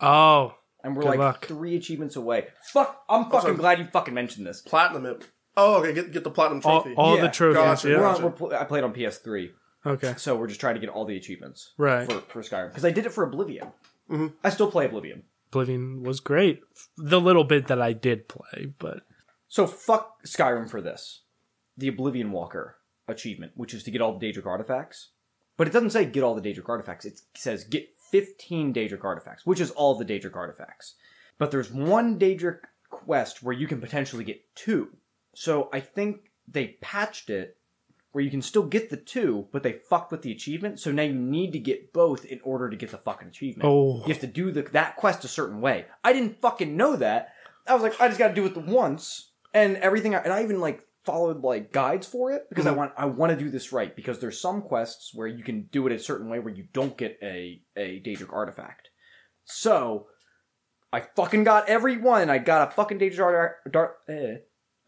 Speaker 2: oh,
Speaker 1: and we're
Speaker 2: Good
Speaker 1: like
Speaker 2: luck.
Speaker 1: three achievements away. Fuck! I'm fucking
Speaker 3: sorry.
Speaker 1: glad you fucking mentioned this.
Speaker 3: Platinum it. Oh, okay. Get get the platinum
Speaker 2: all,
Speaker 3: trophy.
Speaker 2: all
Speaker 1: Yeah,
Speaker 2: the trophies.
Speaker 3: gotcha.
Speaker 1: We're
Speaker 2: Yeah.
Speaker 1: on, we're, pl- I played on PS3,
Speaker 2: Okay.
Speaker 1: so we're just trying to get all the achievements
Speaker 2: Right.
Speaker 1: for, for Skyrim because I did it for Oblivion. I still play Oblivion.
Speaker 2: Oblivion was great. The little bit that I did play, but
Speaker 1: So fuck Skyrim for this. The Oblivion Walker achievement, which is to get all the Daedric artifacts. But it doesn't say get all the Daedric artifacts, it says get 15 Daedric artifacts, which is all the Daedric artifacts. But there's one Daedric quest where you can potentially get two. So I think they patched it where you can still get the two, but they fucked with the achievement, so now you need to get both in order to get the fucking achievement.
Speaker 2: Oh.
Speaker 1: You have to do the, that quest a certain way. I didn't fucking know that. I was like, I just gotta do it the once, and everything, and I even like followed like guides for it because I want I want to do this right because there's some quests where you can do it a certain way where you don't get a a Daedric artifact. So I fucking got every one. I got a fucking Daedric ar- dar- eh,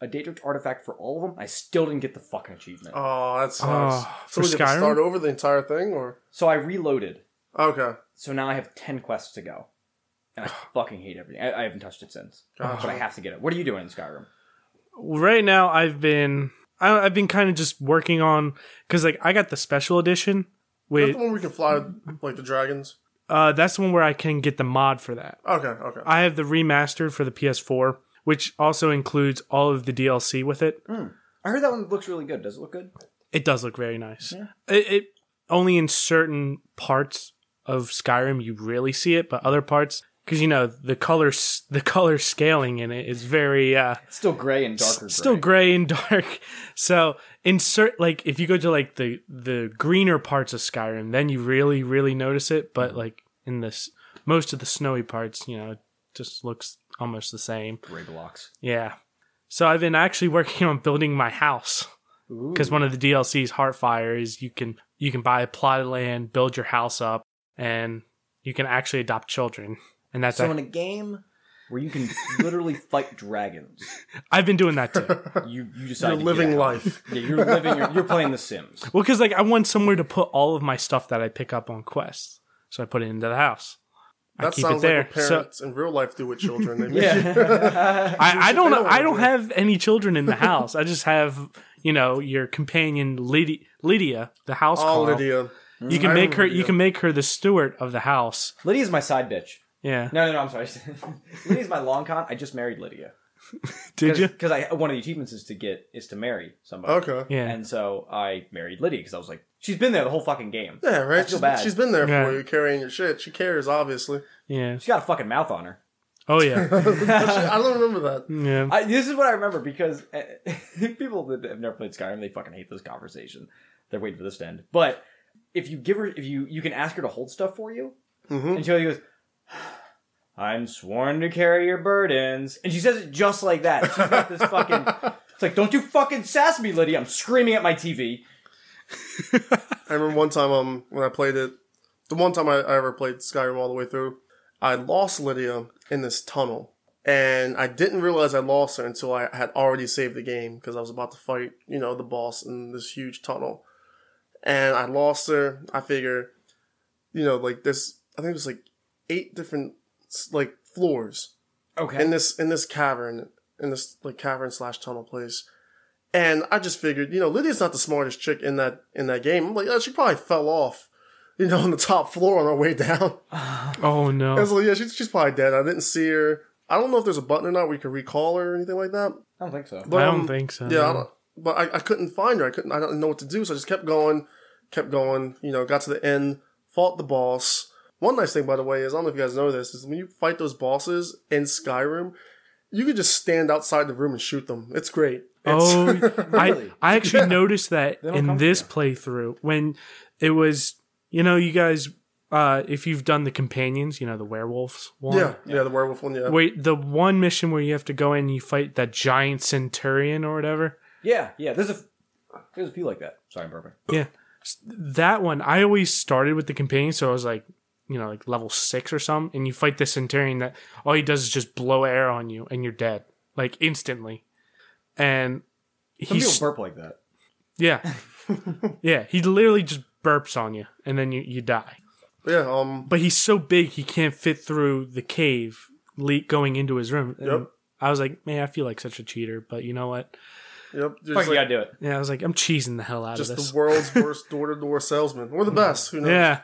Speaker 1: a Daedric artifact for all of them. I still didn't get the fucking achievement.
Speaker 3: Oh, that sucks.
Speaker 2: Oh, for
Speaker 3: so we have to
Speaker 2: Skyrim?
Speaker 3: start over the entire thing, or
Speaker 1: So I reloaded.
Speaker 3: okay,
Speaker 1: So now I have ten quests to go, and I fucking hate everything. I, I haven't touched it since,
Speaker 3: Oh.
Speaker 1: but I have to get it. What are you doing in Skyrim?
Speaker 2: right now I've been I, I've been kind of just working on because like I got the special edition.
Speaker 3: that's
Speaker 2: With
Speaker 3: the one we can fly like the dragons.
Speaker 2: uh, that's the one where I can get the mod for that.
Speaker 3: Okay, okay.
Speaker 2: I have the remastered for the PS4, which also includes all of the DLC with it.
Speaker 1: I heard that one looks really good. Does it look good?
Speaker 2: It does look very nice. It, it only in certain parts of Skyrim you really see it, but other parts because you know the color s- the color scaling in it is very uh,
Speaker 1: It's still gray and darker. Gray.
Speaker 2: still gray and dark. So insert like if you go to like the the greener parts of Skyrim, then you really really notice it. But like in this most of the snowy parts, you know, it just looks almost the same.
Speaker 1: gray blocks.
Speaker 2: Yeah. So I've been actually working on building my house because one of the DLCs, Heartfire, is you can you can buy a plot of land, build your house up, and you can actually adopt children. And that's
Speaker 1: So in a game where you can literally fight dragons,
Speaker 2: I've been doing that too.
Speaker 1: you you decide
Speaker 3: You're
Speaker 1: to
Speaker 3: living
Speaker 1: get out.
Speaker 3: life.
Speaker 1: Yeah, you're living. You're, you're playing The Sims.
Speaker 2: Well, because like I want somewhere to put all of my stuff that I pick up on quests, so I put it into the house.
Speaker 3: That
Speaker 2: I keep
Speaker 3: sounds
Speaker 2: it there.
Speaker 3: like what
Speaker 2: So
Speaker 3: parents in real life do with children. They make
Speaker 2: I, I don't
Speaker 3: Shapiro
Speaker 2: I don't
Speaker 3: over
Speaker 2: have any children in the house. I just have you know your companion Lydia, Lydia the house
Speaker 3: all
Speaker 2: call.
Speaker 3: Lydia.
Speaker 2: You can
Speaker 3: I
Speaker 2: make her
Speaker 3: remember
Speaker 2: you can make her the steward of the house.
Speaker 1: Lydia's my side bitch.
Speaker 2: Yeah.
Speaker 1: No, no, no. I'm sorry. Lydia's my long con. I just married Lydia
Speaker 2: Did you?
Speaker 1: because I one of the achievements is to get is to marry somebody.
Speaker 3: Okay. Yeah,
Speaker 2: Yeah.
Speaker 1: And so I married Lydia because I was like, she's been there the whole fucking game. I
Speaker 3: right.
Speaker 1: feel
Speaker 3: She's,
Speaker 1: bad.
Speaker 3: she's been there
Speaker 2: Yeah.
Speaker 3: for you, carrying your shit. She cares, obviously.
Speaker 2: yeah.
Speaker 1: She's got a fucking mouth on her.
Speaker 2: Oh yeah.
Speaker 3: I don't remember that.
Speaker 2: Yeah.
Speaker 1: I, this is what I remember because uh, people that have never played Skyrim, they fucking hate this conversation. They're waiting for this to end. But if you give her, if you you can ask her to hold stuff for you,
Speaker 3: Mm-hmm.
Speaker 1: and she goes, "I'm sworn to carry your burdens," and she says it just like that. She's got this fucking. It's like, don't you fucking sass me, Lydia! I'm screaming at my TV.
Speaker 3: I remember one time um when I played it, the one time I, I ever played Skyrim all the way through, I lost Lydia in this tunnel, and I didn't realize I lost her until I had already saved the game because I was about to fight you know the boss in this huge tunnel, and I lost her. I figure, you know, like there's I think it was like eight different s- like floors
Speaker 1: Okay.
Speaker 3: in this in this cavern in this like cavern slash tunnel place and i just figured you know lydia's not the smartest chick in that in that game i'm like oh, she probably fell off you know on the top floor on her way down
Speaker 2: Oh
Speaker 3: i
Speaker 2: no.
Speaker 3: was like yeah she's, she's probably dead i didn't see her i don't know if there's a button or not we could recall her or anything like that
Speaker 1: I don't think so.
Speaker 3: but
Speaker 2: I don't
Speaker 3: um,
Speaker 2: think so.
Speaker 3: yeah I don't, but I, I couldn't find her i couldn't i don't know what to do so i just kept going kept going you know got to the end fought the boss one nice thing by the way is i don't know if you guys know this is when you fight those bosses in skyrim you could just stand outside the room and shoot them it's great it's,
Speaker 2: Oh, I,
Speaker 1: Really?
Speaker 2: I actually noticed that
Speaker 1: don't come
Speaker 2: in
Speaker 1: for
Speaker 2: this
Speaker 1: you.
Speaker 2: playthrough when it was, you know, you guys, uh, if you've done the companions, you know, the werewolves one.
Speaker 3: yeah, yeah the werewolf one yeah
Speaker 2: Wait, the one mission where you have to go in and you fight that giant centurion or whatever.
Speaker 1: Yeah, yeah. There's a there's a few like that. Sorry, I'm burping.
Speaker 2: Yeah. S- That one, I always started with the companion, so I was like, you know, like level six or something, and you fight this centurion that all he does is just blow air on you and you're dead. Like instantly. And
Speaker 1: Some
Speaker 2: he's
Speaker 1: people burp like that.
Speaker 2: Yeah. yeah. He literally just burps on you and then you, you die.
Speaker 3: yeah um
Speaker 2: But he's so big he can't fit through the cave le- going into his room. And
Speaker 3: Yep.
Speaker 2: I was like, man, I feel like such a cheater, but you know what?
Speaker 3: yep you're
Speaker 1: Fuck,
Speaker 3: just,
Speaker 1: you
Speaker 3: like,
Speaker 1: gotta do it.
Speaker 2: Yeah, I was like, I'm cheesing the hell out
Speaker 3: just
Speaker 2: of this. Hmm.
Speaker 3: the world's worst door-to-door salesman or the best who knows
Speaker 2: yeah.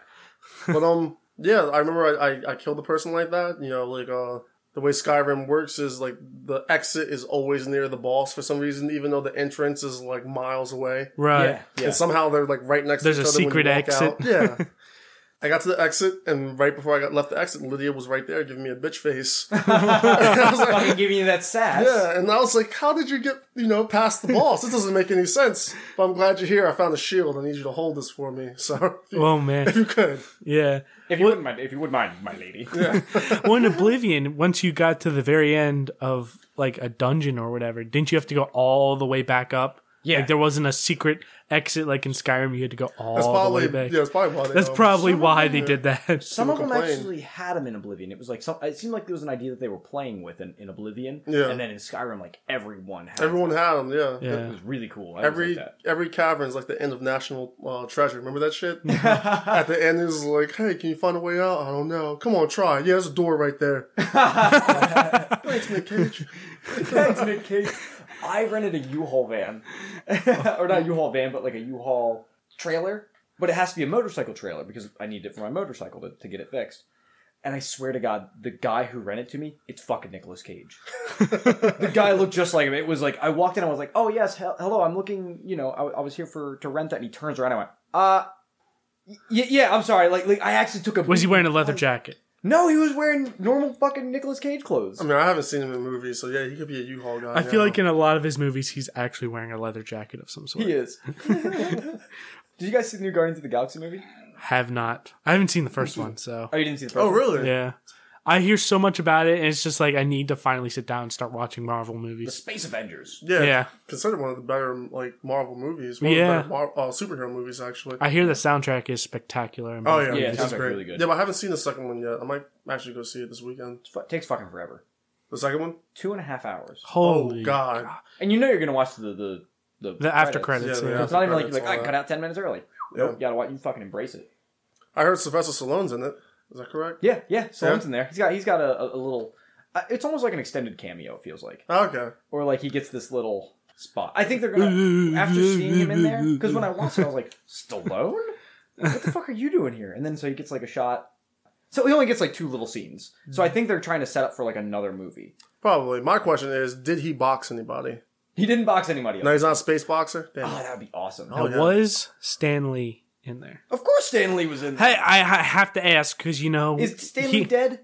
Speaker 3: But um, yeah, I remember I, I, I killed a person like that. You know, like uh, the way Skyrim works is like the exit is always near the boss for some reason, even though the entrance is like miles away.
Speaker 2: Right.
Speaker 3: Uh,
Speaker 1: yeah, yeah.
Speaker 3: And somehow they're like right next.
Speaker 2: There's
Speaker 3: to
Speaker 2: a
Speaker 3: each other when you
Speaker 2: secret
Speaker 3: walk
Speaker 2: exit.
Speaker 3: Out. Yeah. I got to the exit, and right before I got left the exit, Lydia was right there giving me a bitch face. I was like,
Speaker 1: Fucking giving you that sass.
Speaker 3: yeah, and I was like, "How did you get you know past the boss? This doesn't make any sense." But I'm glad you're here. I found a shield. I need you to hold this for me. So if you,
Speaker 2: Oh
Speaker 3: if
Speaker 2: man,
Speaker 3: you could,
Speaker 2: yeah.
Speaker 1: If you wouldn't mind, if you would mind, my lady.
Speaker 2: Well, in Oblivion, once you got to the very end of like a dungeon or whatever, didn't you have to go all the way back up?
Speaker 1: Yeah.
Speaker 2: like there wasn't a secret exit like in Skyrim. You had to go all
Speaker 3: that's
Speaker 2: the
Speaker 3: probably
Speaker 2: way back.
Speaker 3: yeah, that's probably why. They
Speaker 2: That's
Speaker 3: um,
Speaker 2: probably
Speaker 3: some of
Speaker 2: why
Speaker 3: them,
Speaker 2: they
Speaker 3: yeah.
Speaker 2: did that.
Speaker 1: Some of them
Speaker 3: complain.
Speaker 1: actually had them in Oblivion. It was like some. It seemed like there was an idea that they were playing with in, in Oblivion,
Speaker 3: Yeah.
Speaker 1: and then in Skyrim, like everyone had.
Speaker 3: Everyone had them. Yeah.
Speaker 1: it
Speaker 2: yeah.
Speaker 1: was really cool. I always
Speaker 3: Every
Speaker 1: liked
Speaker 3: every cavern's like the end of National uh, Treasure. Remember that shit? At the end, is like, "Hey, can you find a way out? I don't know. Come on, try. Yeah, there's a door right there. Thanks, Nick Cage.
Speaker 1: that. Thanks, Nick Cage. I rented a U-Haul van, or not a U-Haul van, but like a U-Haul trailer. But it has to be a motorcycle trailer because I needed it for my motorcycle to, to get it fixed. And I swear to God, the guy who rented to me, it's fucking Nicolas Cage. the guy looked just like him. It was like I walked in, I was like, "Oh yes, he- hello, I'm looking. You know, I, I was here for to rent that." And he turns around, I went, "Uh, y- yeah, I'm sorry. Like, like I actually took a
Speaker 2: Was he wearing a leather jacket?
Speaker 1: No, he was wearing normal fucking Nicolas Cage clothes.
Speaker 3: I mean, I haven't seen him in movies, so yeah, he could be a U-Haul guy.
Speaker 2: I feel
Speaker 3: now.
Speaker 2: like in a lot of his movies, he's actually wearing a leather jacket of some sort.
Speaker 1: He is. Did you guys see the new Guardians of the Galaxy movie?
Speaker 2: Have not. I haven't seen the first one, so
Speaker 1: Oh, you didn't see the first
Speaker 3: Oh,
Speaker 1: one?
Speaker 3: really?
Speaker 2: yeah. I hear so much about it, and it's just like I need to finally sit down and start watching Marvel
Speaker 1: The
Speaker 2: movies.
Speaker 1: Space Avengers.
Speaker 3: Yeah,
Speaker 2: Yeah.
Speaker 3: Considered one of the better like Marvel movies. One
Speaker 2: Yeah.
Speaker 3: of the better Mar- uh, superhero movies actually.
Speaker 2: I hear the soundtrack is spectacular. and
Speaker 3: oh yeah,
Speaker 1: Yeah, it
Speaker 3: it's
Speaker 1: sounds like really good.
Speaker 3: Yeah, but I haven't seen the second one yet. I might actually go see it this weekend.
Speaker 1: It's fu- It takes fucking forever.
Speaker 3: The second one?
Speaker 1: Two and a half hours.
Speaker 2: Holy
Speaker 3: oh god.
Speaker 1: And you know you're going to watch the the, the,
Speaker 2: The after credits.
Speaker 3: Yeah,
Speaker 2: Yeah,
Speaker 3: the
Speaker 1: It's not even like,
Speaker 3: Credits,
Speaker 1: you're like
Speaker 3: all
Speaker 1: I
Speaker 3: that.
Speaker 1: cut out 10 minutes early.
Speaker 3: Yeah.
Speaker 1: Nope, you gotta watch. You fucking embrace it.
Speaker 3: I heard Sylvester Stallone's in it. Is that correct?
Speaker 1: Yeah, yeah. Salone's in there. He's got he's got a, a, a little. Uh, it's almost like an extended cameo. It feels like,
Speaker 3: Oh, okay.
Speaker 1: or like he gets this little spot. I think they're gonna after seeing him in there because when I watched it, I was like, Stallone, what the fuck are you doing here? And then so he gets like a shot. So he only gets like two little scenes. So I think they're trying to set up for like another movie.
Speaker 3: Probably. My question is, did he box anybody?
Speaker 1: He didn't box anybody.
Speaker 3: No,
Speaker 1: Up.
Speaker 3: he's not a space boxer? Damn.
Speaker 1: Oh, that would be awesome.
Speaker 3: Oh, yeah.
Speaker 2: Was Stanley in there?
Speaker 1: Of course, Stanley was in.
Speaker 2: Hey, I, I have to ask because you know,
Speaker 1: is Stanley
Speaker 2: he-
Speaker 1: dead?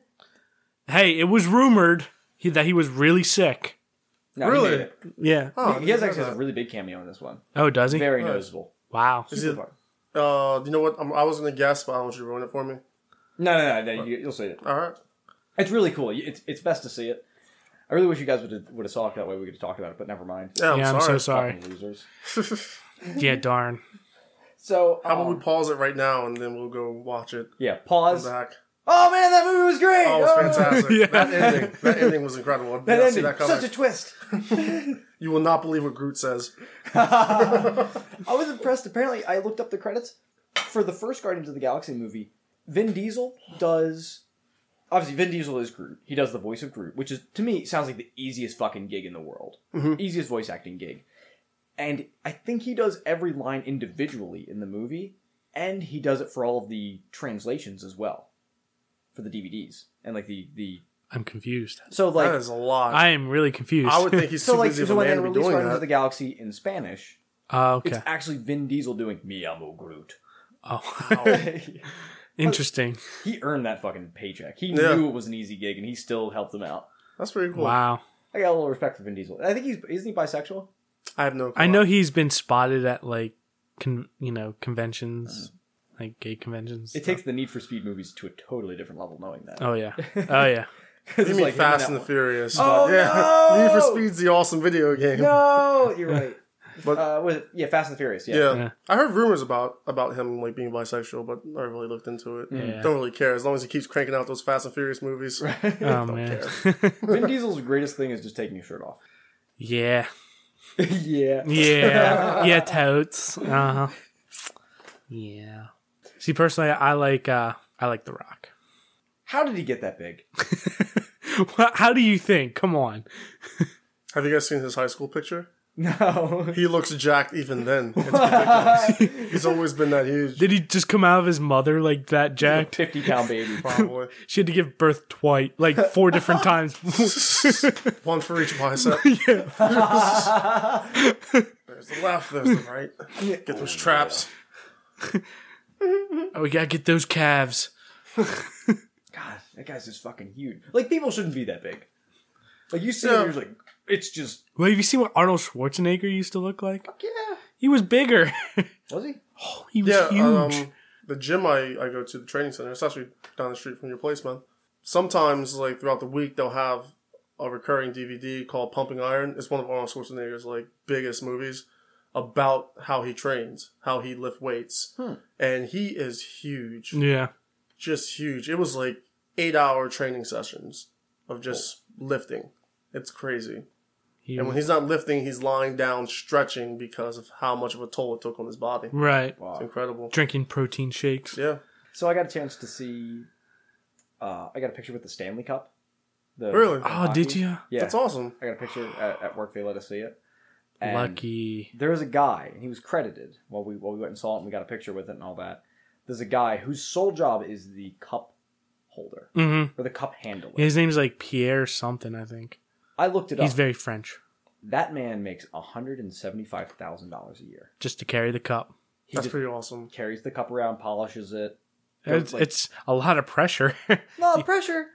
Speaker 2: Hey, it was rumored he, that he was really sick.
Speaker 1: No, he
Speaker 3: Really?
Speaker 1: made it.
Speaker 2: Yeah.
Speaker 3: Oh, I
Speaker 1: He,
Speaker 3: didn't
Speaker 1: has
Speaker 3: know
Speaker 1: actually has
Speaker 3: that.
Speaker 1: a really big cameo in this one.
Speaker 2: Oh, does he?
Speaker 1: Very
Speaker 3: Nice.
Speaker 1: notible.
Speaker 2: wow.
Speaker 3: Is it-
Speaker 1: Super.
Speaker 3: uh, you know what? I'm, I was gonna guess, but I don't want you to ruin it for me.
Speaker 1: No, no, no. no you, you'll see it.
Speaker 3: All right.
Speaker 1: It's really cool. It's it's best to see it. I really wish you guys would have, would have saw it that way. We could have talked about it, but never mind.
Speaker 3: Yeah, I'm
Speaker 2: yeah, I'm
Speaker 3: sorry.
Speaker 2: so sorry.
Speaker 1: Fucking losers.
Speaker 2: Yeah, darn.
Speaker 1: So
Speaker 3: How about
Speaker 1: um,
Speaker 3: we pause it right now and then we'll go watch it
Speaker 1: yeah, pause.
Speaker 3: back?
Speaker 1: Oh man, that movie was great.
Speaker 3: Oh, it was
Speaker 1: Oh,
Speaker 3: fantastic.
Speaker 2: Yeah.
Speaker 3: That ending, that ending was incredible. I did
Speaker 1: That
Speaker 3: not see
Speaker 1: ending,
Speaker 3: that
Speaker 1: such
Speaker 3: coming.
Speaker 1: a twist.
Speaker 3: you will not believe what Groot says.
Speaker 1: I was impressed. Apparently, I looked up the credits for the first Guardians of the Galaxy movie. Vin Diesel does obviously Vin Diesel is Groot. He does the voice of Groot, which is to me sounds like the easiest fucking gig in the world,
Speaker 3: Mm-hmm.
Speaker 1: easiest voice acting gig. And I think he does every line individually in the movie, and he does it for all of the translations as well, for the DVDs and like the the
Speaker 2: I'm confused.
Speaker 1: so like
Speaker 3: that is a lot.
Speaker 2: I
Speaker 3: I,
Speaker 2: am really confused.
Speaker 3: would think he's
Speaker 1: so
Speaker 3: too
Speaker 1: like so
Speaker 3: busy of a
Speaker 1: when
Speaker 3: man
Speaker 1: they
Speaker 3: to be
Speaker 1: released
Speaker 3: doing
Speaker 1: Guardians
Speaker 3: that.
Speaker 1: of the Galaxy in Spanish,
Speaker 2: Oh,
Speaker 1: it's
Speaker 2: okay.
Speaker 1: actually Vin Diesel doing "Me amo Groot."
Speaker 2: Oh, interesting.
Speaker 1: he earned that fucking paycheck. He
Speaker 3: Yeah.
Speaker 1: knew it was an easy gig, and he still helped them out.
Speaker 3: That's pretty cool.
Speaker 2: Wow.
Speaker 1: I got a little respect for Vin Diesel. I think he's isn't he bisexual?
Speaker 3: I have no. Clue.
Speaker 2: I know he's been spotted at like, con- you know, conventions, like gay conventions.
Speaker 1: It takes the Need for Speed movies to a totally different level, knowing that.
Speaker 2: Oh yeah. Oh yeah.
Speaker 1: Because
Speaker 3: You
Speaker 1: it's
Speaker 3: mean
Speaker 1: like him in
Speaker 3: Fast and
Speaker 1: that
Speaker 3: the Furious?
Speaker 1: Oh,
Speaker 3: but yeah,
Speaker 1: no!
Speaker 3: Need for Speed's the awesome video game.
Speaker 1: one. No, you're right.
Speaker 3: But-
Speaker 1: uh, was it? yeah, Fast and the Furious. Yeah.
Speaker 3: Yeah.
Speaker 2: Yeah.
Speaker 3: I heard rumors about about him like being bisexual, but I never really looked into it.
Speaker 2: Yeah.
Speaker 3: Don't really care as long as he keeps cranking out those Fast and Furious movies.
Speaker 2: Oh man.
Speaker 1: Vin Diesel's greatest thing is just taking his shirt off.
Speaker 2: yeah.
Speaker 1: yeah.
Speaker 2: Yeah. yeah. Totes. Uh huh. Yeah. See, personally, I like uh I like The Rock.
Speaker 1: How did he get that big?
Speaker 2: Wha- How do you think? Come on.
Speaker 3: Have you guys seen his high school picture?
Speaker 1: No.
Speaker 3: He looks jacked even then. It's ridiculous. He's always been that huge.
Speaker 2: Did he just come out of his mother like that jacked?
Speaker 1: Fifty pound baby.
Speaker 3: Probably.
Speaker 2: She had to give birth twice, like four different times.
Speaker 3: One for each bicep. there's the left, there's the right. Get those traps.
Speaker 2: Oh, we gotta get those calves.
Speaker 1: God, that guy's just fucking huge. Like people shouldn't be that big. Like you see,
Speaker 3: No.
Speaker 1: him, you're just like, it's just
Speaker 2: Well, have you seen what Arnold Schwarzenegger used to look like?
Speaker 1: yeah.
Speaker 2: He was bigger.
Speaker 1: Was he?
Speaker 2: he was
Speaker 3: Yeah,
Speaker 2: huge.
Speaker 3: um, the gym I, I go to, the training center, it's actually down the street from your place, man. Sometimes, like throughout the week, they'll have a recurring DVD called Pumping Iron. It's one of Arnold Schwarzenegger's like biggest movies about how he trains, how he lift weights, and he is huge,
Speaker 2: Hmm. yeah.
Speaker 3: just huge. It was like eight hour training sessions of just lifting. It's crazy.
Speaker 2: He
Speaker 3: And when he's not lifting, he's lying down stretching because of how much of a toll it took on his body.
Speaker 2: right.
Speaker 3: It's incredible.
Speaker 2: Drinking protein shakes.
Speaker 3: Yeah.
Speaker 1: So I got a chance to see. Uh, I got a picture with the Stanley Cup. The,
Speaker 3: Really?
Speaker 1: the
Speaker 2: Oh, did
Speaker 1: hockey.
Speaker 2: you?
Speaker 1: Yeah,
Speaker 3: That's awesome.
Speaker 1: I got a picture at, at work. They let us see it. And
Speaker 2: Lucky.
Speaker 1: There was a guy, and he was credited while we while we went and saw it, and we got a picture with it and all that. There's a guy whose sole job is the cup holder
Speaker 2: hmm
Speaker 1: or the cup handler.
Speaker 2: His name's like Pierre something, I think.
Speaker 1: I looked it
Speaker 2: He's
Speaker 1: up.
Speaker 2: very French.
Speaker 1: that man makes hundred and seventy five thousand dollars a year.
Speaker 2: Just to carry the cup.
Speaker 1: He
Speaker 3: That's
Speaker 1: just
Speaker 3: pretty awesome.
Speaker 1: carries the cup around, polishes it. Goes,
Speaker 2: It's,
Speaker 1: like-
Speaker 2: it's a lot of pressure.
Speaker 1: No pressure.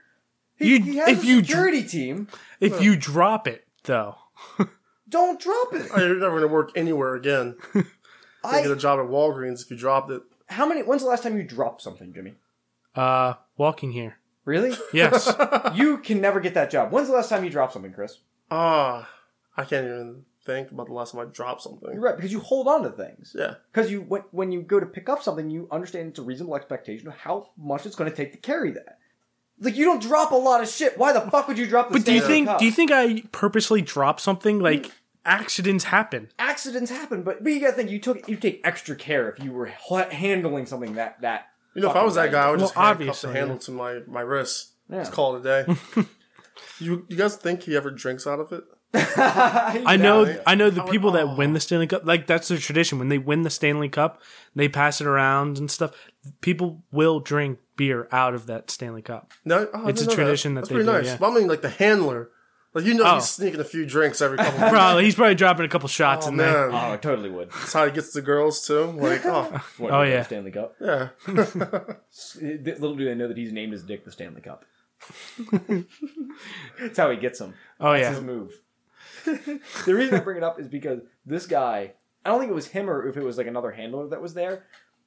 Speaker 1: He,
Speaker 2: You-
Speaker 1: he has
Speaker 2: if
Speaker 1: a
Speaker 2: you dr-
Speaker 1: security team.
Speaker 2: if you drop it, though.
Speaker 1: Don't drop it.
Speaker 3: Oh, You're never going to work anywhere again. You get a
Speaker 1: I,
Speaker 3: job at Walgreens if you dropped it.
Speaker 1: how many? When's the last time you dropped something, Jimmy?
Speaker 2: Uh, walking here.
Speaker 1: Really?
Speaker 2: Yes.
Speaker 1: you can never get that job. When's the last time you dropped something, Chris?
Speaker 3: Ah, I can't even think about the last time I dropped something.
Speaker 1: You're right because you hold on to things.
Speaker 3: Yeah.
Speaker 1: Because you when, when you go to pick up something, you understand it's a reasonable expectation of how much it's going to take to carry that. Like you don't drop a lot of shit. Why the fuck would you drop the?
Speaker 2: but do you
Speaker 1: standard
Speaker 2: think
Speaker 1: cup?
Speaker 2: do you think I purposely drop something?
Speaker 3: Hmm.
Speaker 2: Like accidents happen.
Speaker 1: accidents happen? But but you gotta think you took you take extra care if you were ha- handling something that that.
Speaker 3: You know, if I was that guy, I would
Speaker 2: Well,
Speaker 3: just handcuff
Speaker 2: obviously,
Speaker 3: the
Speaker 2: yeah.
Speaker 3: handle to my, my wrist.
Speaker 1: Yeah.
Speaker 3: Just call it a day. you, you guys think he ever drinks out of it?
Speaker 2: I know, I know the
Speaker 3: would-
Speaker 2: people that
Speaker 3: oh.
Speaker 2: win the Stanley Cup. Like that's their tradition. When they win the Stanley Cup, they pass it around and stuff. People will drink beer out of that Stanley Cup.
Speaker 3: No, oh, I
Speaker 2: It's a
Speaker 3: didn't know
Speaker 2: tradition that
Speaker 3: That's
Speaker 2: they
Speaker 3: pretty
Speaker 2: do,
Speaker 3: nice.
Speaker 2: yeah.
Speaker 3: But I mean, like the handler. Like you know,
Speaker 2: Oh.
Speaker 3: he's sneaking a few drinks every couple. of
Speaker 2: Probably he's probably dropping a couple shots
Speaker 3: Oh,
Speaker 2: in there.
Speaker 3: man,
Speaker 1: Oh, I totally would.
Speaker 3: that's how he gets the girls too. Like, oh,
Speaker 1: What,
Speaker 2: Oh,
Speaker 1: the
Speaker 2: yeah.
Speaker 1: Stanley Cup.
Speaker 3: yeah.
Speaker 1: S- Little do they know that he's named his dick the Stanley Cup. That's how he gets them.
Speaker 2: Oh
Speaker 1: That's
Speaker 2: yeah,
Speaker 1: his move. the reason I bring it up is because this guy, I don't think it was him or if it was like another handler that was there.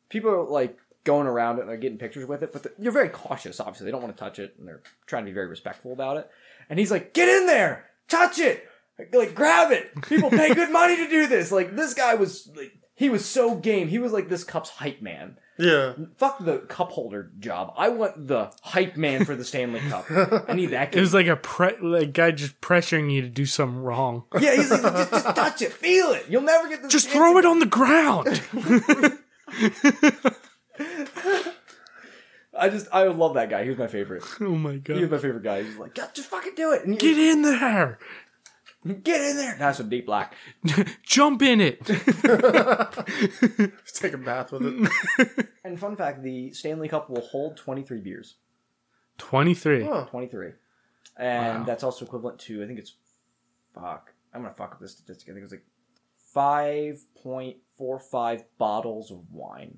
Speaker 1: People are like going around it and they're getting pictures with it, but the- you're very cautious, obviously. They don't want to touch it and they're trying to be very respectful about it. And he's like, get in there, touch it, like grab it. People pay good money to do this. Like this guy was like, he was so game. He was like this cup's hype man.
Speaker 3: Yeah.
Speaker 1: Fuck the cup holder job. I want the hype man for the Stanley Cup. I need that.
Speaker 2: it was like a pre- like guy just pressuring you to do something wrong.
Speaker 1: Yeah, he's like, just, just touch it, feel it. You'll never get this.
Speaker 2: Just throw it on the ground.
Speaker 1: I just, I love that guy. He was my favorite.
Speaker 2: oh my
Speaker 1: He was
Speaker 2: god,
Speaker 1: my favorite guy. He's like, "God, just fucking do it. And
Speaker 2: get in there,
Speaker 1: in, get in there. That's some deep black.
Speaker 2: jump in it.
Speaker 3: Just take a bath with it.
Speaker 1: And fun fact: the Stanley Cup will hold twenty three beers.
Speaker 2: Twenty three.
Speaker 3: Huh.
Speaker 1: Twenty three, and
Speaker 2: Wow.
Speaker 1: that's also equivalent to I think it's, fuck, I'm gonna fuck up this statistic. I think it's like five point four five bottles of wine,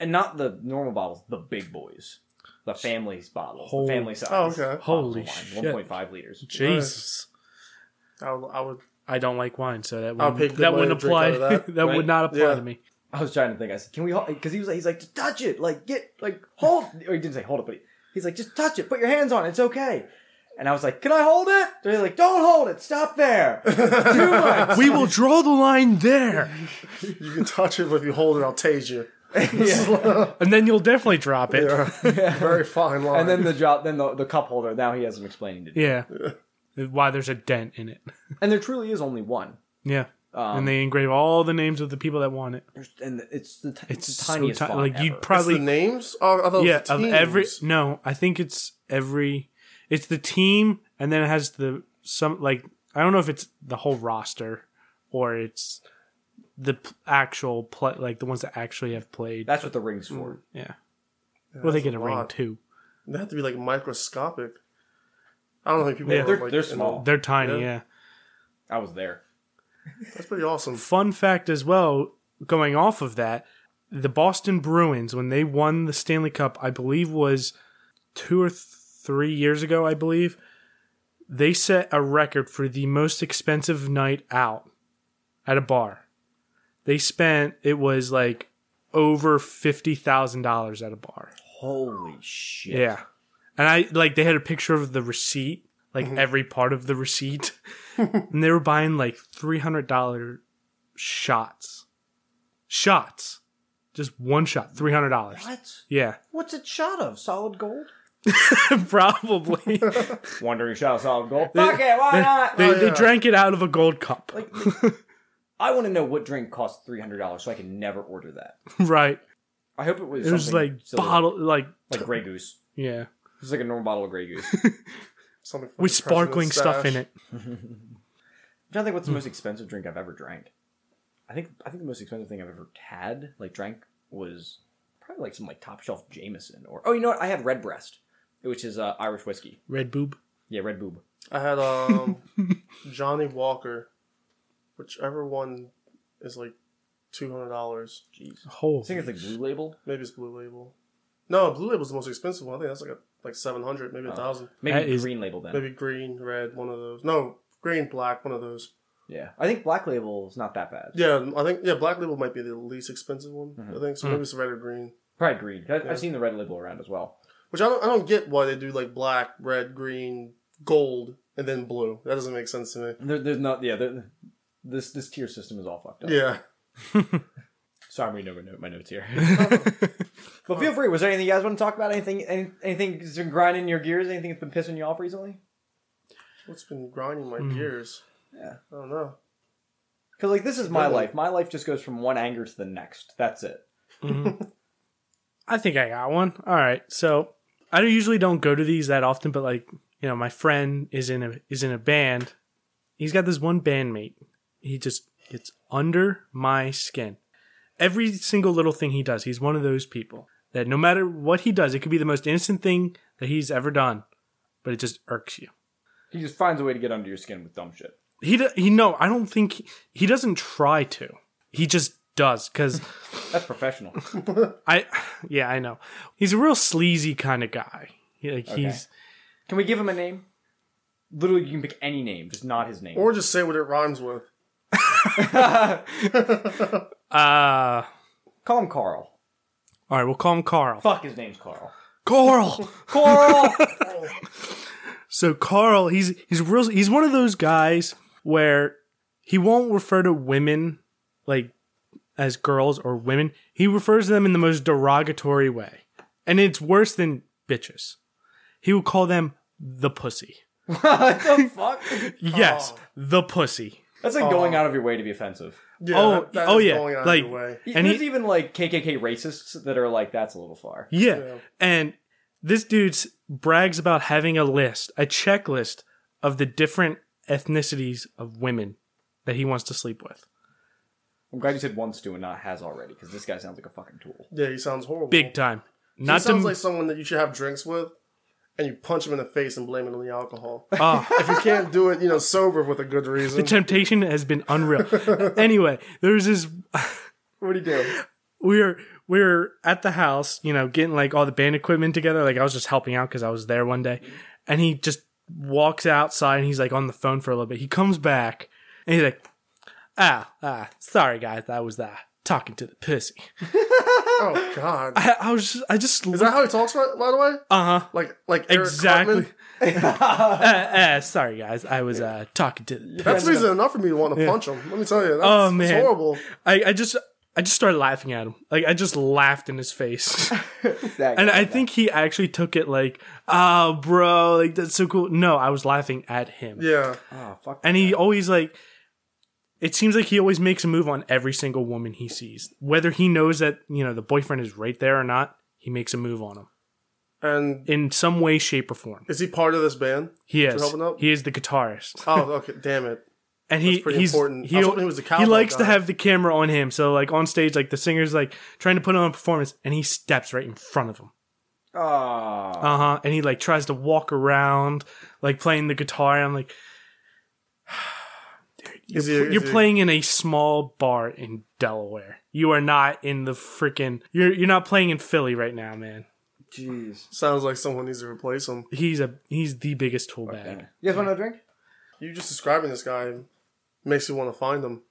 Speaker 1: and not the normal bottles, the big boys, the family's bottles,
Speaker 2: Holy-
Speaker 1: the family size.
Speaker 3: Oh, okay.
Speaker 2: Holy shit.
Speaker 1: One point five liters.
Speaker 2: Jesus,
Speaker 3: I would, I would
Speaker 2: I don't like wine, so that
Speaker 3: I'll pay
Speaker 2: wouldn't,
Speaker 3: good
Speaker 2: that
Speaker 3: money
Speaker 2: wouldn't
Speaker 3: to drink out
Speaker 2: apply. That,
Speaker 3: of that,
Speaker 1: right?
Speaker 2: would not apply
Speaker 3: Yeah.
Speaker 2: to me.
Speaker 1: I was trying to think. I said, "Can we?" Because he was like, he's like, "Just touch it, like get, like hold." Or he didn't say hold it, but he- he's like, "Just touch it. Put your hands on it. It's okay." And I was like, "Can I hold it?" They're like, "Don't hold it. Stop there. Too much."
Speaker 2: We will draw the line there,
Speaker 3: You can touch it, but if you hold it, I'll tase you.
Speaker 2: and then you'll definitely drop it.
Speaker 3: Yeah. Very fine line.
Speaker 1: and then the job, then the, the cup holder. Now he has some explaining to do.
Speaker 2: Yeah. Why there's a dent in it.
Speaker 1: And there truly is only one.
Speaker 2: Yeah. and they engrave all the names of the people that want it.
Speaker 1: There's- And it's the t-
Speaker 2: It's
Speaker 1: it's the
Speaker 2: so
Speaker 1: tiniest
Speaker 2: ti-
Speaker 1: font
Speaker 2: like
Speaker 1: ever.
Speaker 2: you'd
Speaker 3: It's the
Speaker 2: probably
Speaker 3: names. Oh, I thought it
Speaker 2: yeah
Speaker 3: was the
Speaker 2: of
Speaker 3: teams.
Speaker 2: every no. I think it's every. It's the team, and then it has the some like I don't know if it's the whole roster or it's the p- actual play like the ones that actually have played.
Speaker 1: That's what the rings for.
Speaker 2: yeah. Well, they
Speaker 3: that's
Speaker 2: get
Speaker 3: a
Speaker 2: a ring
Speaker 3: lot.
Speaker 2: too.
Speaker 3: They have to be like microscopic. I don't think people.
Speaker 2: Yeah.
Speaker 3: are,
Speaker 1: They're-
Speaker 3: like,
Speaker 1: they're
Speaker 3: you know,
Speaker 1: small.
Speaker 2: They're tiny.
Speaker 3: Yeah.
Speaker 2: yeah.
Speaker 1: I was there.
Speaker 3: That's pretty awesome.
Speaker 2: Fun fact as well, going off of that, the Boston Bruins when they won the Stanley Cup, I believe was two or th- three years ago, I believe, they set a record for the most expensive night out at a bar. They spent it was like over fifty thousand dollars at a bar.
Speaker 1: Holy shit.
Speaker 2: Yeah. And I like they had a picture of the receipt, like
Speaker 1: Mm-hmm.
Speaker 2: every part of the receipt. and they were buying like three hundred dollar shots. Shots. Just one shot, three hundred dollars.
Speaker 1: What?
Speaker 2: Yeah.
Speaker 1: What's it shot of? Solid gold?
Speaker 2: Probably.
Speaker 1: Oh,
Speaker 2: they,
Speaker 1: Wandering shot of solid gold. Fuck it, why not?
Speaker 2: they drank it out of a gold cup.
Speaker 1: Like, I want to know what drink costs three hundred dollars, so I can never order that.
Speaker 2: right.
Speaker 1: I hope it was.
Speaker 2: It was
Speaker 1: something
Speaker 2: like
Speaker 1: silly,
Speaker 2: bottle like
Speaker 1: like Grey Goose.
Speaker 2: yeah.
Speaker 1: It's like a normal bottle of Grey Goose.
Speaker 3: Something
Speaker 2: With
Speaker 3: for the president's
Speaker 2: sparkling stuff in
Speaker 3: stash.
Speaker 2: it.
Speaker 1: I'm trying to think what's the most expensive drink I've ever drank. I think I think the most expensive thing I've ever had, like drank, was probably like some like top shelf Jameson or oh you know what I had Redbreast, which is uh, Irish whiskey.
Speaker 2: Red boob.
Speaker 1: Yeah, Red Boob.
Speaker 3: I had um Johnny Walker, whichever one is like two hundred dollars.
Speaker 1: Jeez,
Speaker 2: Holy
Speaker 1: I think it's like Blue Label.
Speaker 3: Maybe it's Blue Label. No, Blue Label's the most expensive one. I think that's like a, like seven hundred, maybe a thousand.
Speaker 1: Maybe
Speaker 2: That is-
Speaker 1: Green Label then.
Speaker 3: Maybe green, red, one of those. No, green, black, one of those.
Speaker 1: Yeah, I think Black Label is not that bad.
Speaker 3: Yeah, I think yeah, black label might be the least expensive one.
Speaker 2: Mm-hmm.
Speaker 3: I think so. Maybe it's red or green.
Speaker 1: Probably green. I, I've seen the red label around as well.
Speaker 3: Which I don't, I don't get why they do like black, red, green, gold, and then blue. That doesn't make sense to me.
Speaker 1: There, there's not. Yeah, there, this this tier system is all fucked up.
Speaker 3: Yeah.
Speaker 1: Sorry, I'm reading over note- my notes here. Oh. but feel free. Was there anything you guys want to talk about? Anything? Any, anything that's been grinding your gears? Anything that's been pissing you off recently?
Speaker 3: What's been grinding
Speaker 2: Mm.
Speaker 3: my gears?
Speaker 1: Yeah.
Speaker 3: I don't know.
Speaker 1: Because like this is my
Speaker 3: Really?
Speaker 1: life. My life just goes from one anger to the next. That's it.
Speaker 2: I think I got one. All right. So I don't- usually don't go to these that often, but like you know, my friend is in a is in a band. He's got this one bandmate. He just gets under my skin. Every single little thing he does, he's one of those people that no matter what he does, it could be the most innocent thing that he's ever done, but it just irks you.
Speaker 1: He just finds a way to get under your skin with dumb shit.
Speaker 2: He do, he no, I don't think he, he doesn't try to. He just does because
Speaker 1: That's professional.
Speaker 2: I yeah I know he's a real sleazy kind of guy. He- Like he's
Speaker 1: Can we give him a name? Literally, you can pick any name, just not his name.
Speaker 3: Or just say what it rhymes with.
Speaker 2: uh
Speaker 1: Call him Carl.
Speaker 2: All right, we'll call him Carl.
Speaker 1: Fuck, his name's Carl.
Speaker 2: Carl.
Speaker 1: Carl.
Speaker 2: so Carl, he's he's real. He's one of those guys where he won't refer to women like as girls or women. He refers to them in the most derogatory way, and it's worse than bitches. He will call them the pussy.
Speaker 1: what the fuck?
Speaker 2: Yes, the pussy.
Speaker 1: That's like going out of your way to be offensive. E,
Speaker 3: Yeah,
Speaker 2: Oh,
Speaker 3: that- that
Speaker 2: oh
Speaker 3: is
Speaker 2: yeah,
Speaker 3: going out of
Speaker 2: like-
Speaker 3: your way.
Speaker 2: And
Speaker 1: There's
Speaker 2: he-
Speaker 1: even like KKK racists that are like, that's a little far.
Speaker 2: Yeah.
Speaker 3: Yeah.
Speaker 2: And this dude's brags about having a list, a checklist of the different ethnicities of women that he wants to sleep with.
Speaker 1: I'm glad you said wants to and not has already, because this guy sounds like a fucking tool.
Speaker 3: Yeah, he sounds horrible.
Speaker 2: Big time.
Speaker 3: He
Speaker 2: Not to
Speaker 3: sounds like someone that you should have drinks with, and you punch him in the face and blame it on the alcohol.
Speaker 2: Ah.
Speaker 3: if you can't do it, you know, sober with a good
Speaker 2: the
Speaker 3: reason.
Speaker 2: temptation has been unreal. anyway, there's this
Speaker 1: What do you do?
Speaker 2: we were we were at the house, you know, getting like all the band equipment together. Like I was just helping out because I was there one day, and he just walks outside and he's like on the phone for a little bit. He comes back and he's like, "Ah, ah, sorry guys, I was uh, talking to the pussy."
Speaker 3: oh God,
Speaker 2: I, I was just, I just
Speaker 3: is that how he talks? By, by the way,
Speaker 2: uh huh
Speaker 3: like like Eric
Speaker 2: exactly.
Speaker 3: Cartman?
Speaker 2: uh, uh, sorry guys, I was uh, talking to the.
Speaker 3: That's reason enough for me to want to punch him. Let me tell you, that's
Speaker 2: Oh,
Speaker 3: it's
Speaker 2: man.
Speaker 3: horrible.
Speaker 2: I, I just I just started laughing at him. Like I just laughed in his face. And I think he actually took it like, oh, bro, like that's so cool. No, I was laughing at him.
Speaker 3: Yeah,
Speaker 1: Oh, fuck.
Speaker 2: And he always like, it seems like he always makes a move on every single woman he sees. Whether he knows that, you know, the boyfriend is right there or not, he makes a move on him
Speaker 3: and
Speaker 2: in some way, shape, or form.
Speaker 3: is he part of this band?
Speaker 2: He is.
Speaker 3: helping out?
Speaker 2: He is the guitarist.
Speaker 3: Oh, okay, damn it.
Speaker 2: And he,
Speaker 3: pretty
Speaker 2: he's,
Speaker 3: important.
Speaker 2: He,
Speaker 3: I was hoping he was the cowboy
Speaker 2: likes to
Speaker 3: guy.
Speaker 2: have the camera on him. So, like, on stage, like, the singer's like trying to put on a performance and he steps right in front of him.
Speaker 1: Oh.
Speaker 2: Uh huh. And he like tries to walk around, like playing the guitar. And I'm like, dude,
Speaker 3: Is he-
Speaker 2: You're,
Speaker 3: is
Speaker 2: you're
Speaker 3: he-
Speaker 2: playing in a small bar in Delaware. You are not in the freaking. You're you're not playing in Philly right now, man.
Speaker 1: Jeez.
Speaker 3: Sounds like someone needs to replace him.
Speaker 2: He's a he's the biggest tool bag.
Speaker 1: You guys want another drink?
Speaker 3: You just describing this guy makes you want to find him.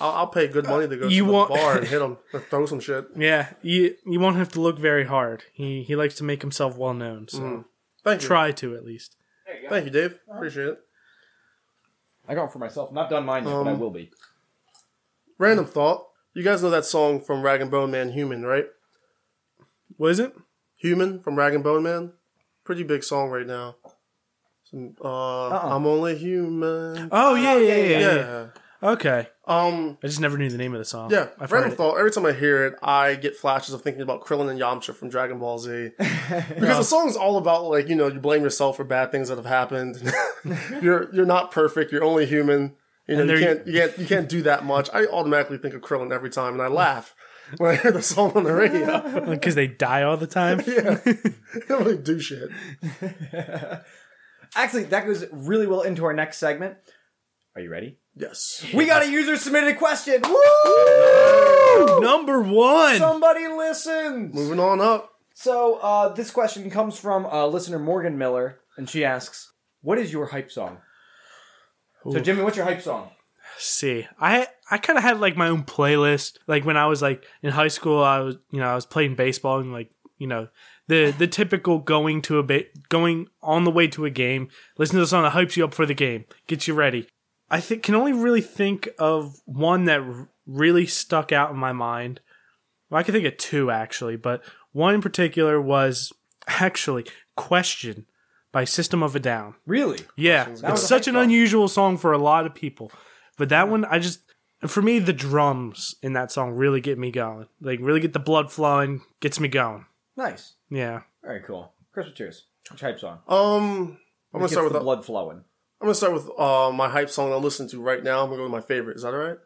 Speaker 3: I'll, I'll pay good money to go
Speaker 2: You
Speaker 3: to
Speaker 2: want-
Speaker 3: the bar and hit him or throw some shit.
Speaker 2: Yeah, you you won't have to look very hard. He he likes to make himself well known. So
Speaker 3: Thank you.
Speaker 2: try to at least.
Speaker 3: Thank you, Dave. Appreciate it.
Speaker 1: I got one for myself. Not done mine yet, but I will be.
Speaker 3: Random thought. You guys know that song from Rag and Bone Man, Human, right?
Speaker 2: What is it?
Speaker 3: Human from Rag and Bone Man. Pretty big song right now. Some, uh,
Speaker 1: Uh-uh.
Speaker 3: I'm only human.
Speaker 2: Oh yeah yeah yeah, yeah,
Speaker 3: yeah.
Speaker 2: Okay,
Speaker 3: Um.
Speaker 2: I just never knew the name of the song.
Speaker 3: Yeah.
Speaker 2: I've heard
Speaker 3: Random
Speaker 2: it.
Speaker 3: thought. Every time I hear it, I get flashes of thinking about Krillin and Yamcha from Dragon Ball Z. because the song's all about like you know you blame yourself for bad things that have happened. you're you're not perfect. You're only human. You know
Speaker 2: And
Speaker 3: you
Speaker 2: they're-
Speaker 3: can't you can't you can't do that much. I automatically think of Krillin every time, and I laugh when I hear the song on the radio.
Speaker 2: because they die all the time.
Speaker 3: yeah, they don't really do shit.
Speaker 1: Actually, that goes really well into our next segment. Are you ready?
Speaker 3: Yes.
Speaker 1: We got a user submitted question. Woo!
Speaker 2: Number one.
Speaker 1: Somebody listens.
Speaker 3: Moving on up.
Speaker 1: So uh, this question comes from uh, listener Morgan Miller, and she asks, "What is your hype song?" So Jimmy, what's your hype song?
Speaker 2: see. I I kind of had like my own playlist. Like when I was like in high school, I was you know I was playing baseball and like you know the the typical going to a bit going on the way to a game. Listen to the song that hypes you up for the game, gets you ready. I think can only really think of one that r- really stuck out in my mind. Well, I can think of two actually, but one in particular was actually "Question" by System of a Down.
Speaker 1: Really?
Speaker 2: Yeah,
Speaker 1: was
Speaker 2: it's
Speaker 1: a
Speaker 2: such
Speaker 1: hype
Speaker 2: an
Speaker 1: song.
Speaker 2: unusual song for a lot of people, but that one I just for me the drums in that song really get me going. Like really get the blood flowing, gets me going.
Speaker 1: Nice.
Speaker 2: Yeah.
Speaker 1: Very cool. Chris, what's yours? Which hype song?
Speaker 3: Um, I'm gonna
Speaker 1: Gets
Speaker 3: start with
Speaker 1: the
Speaker 3: uh,
Speaker 1: blood flowing.
Speaker 3: I'm gonna start with uh my hype song I'm listening to right now. I'm gonna go with my favorite. Is that all right?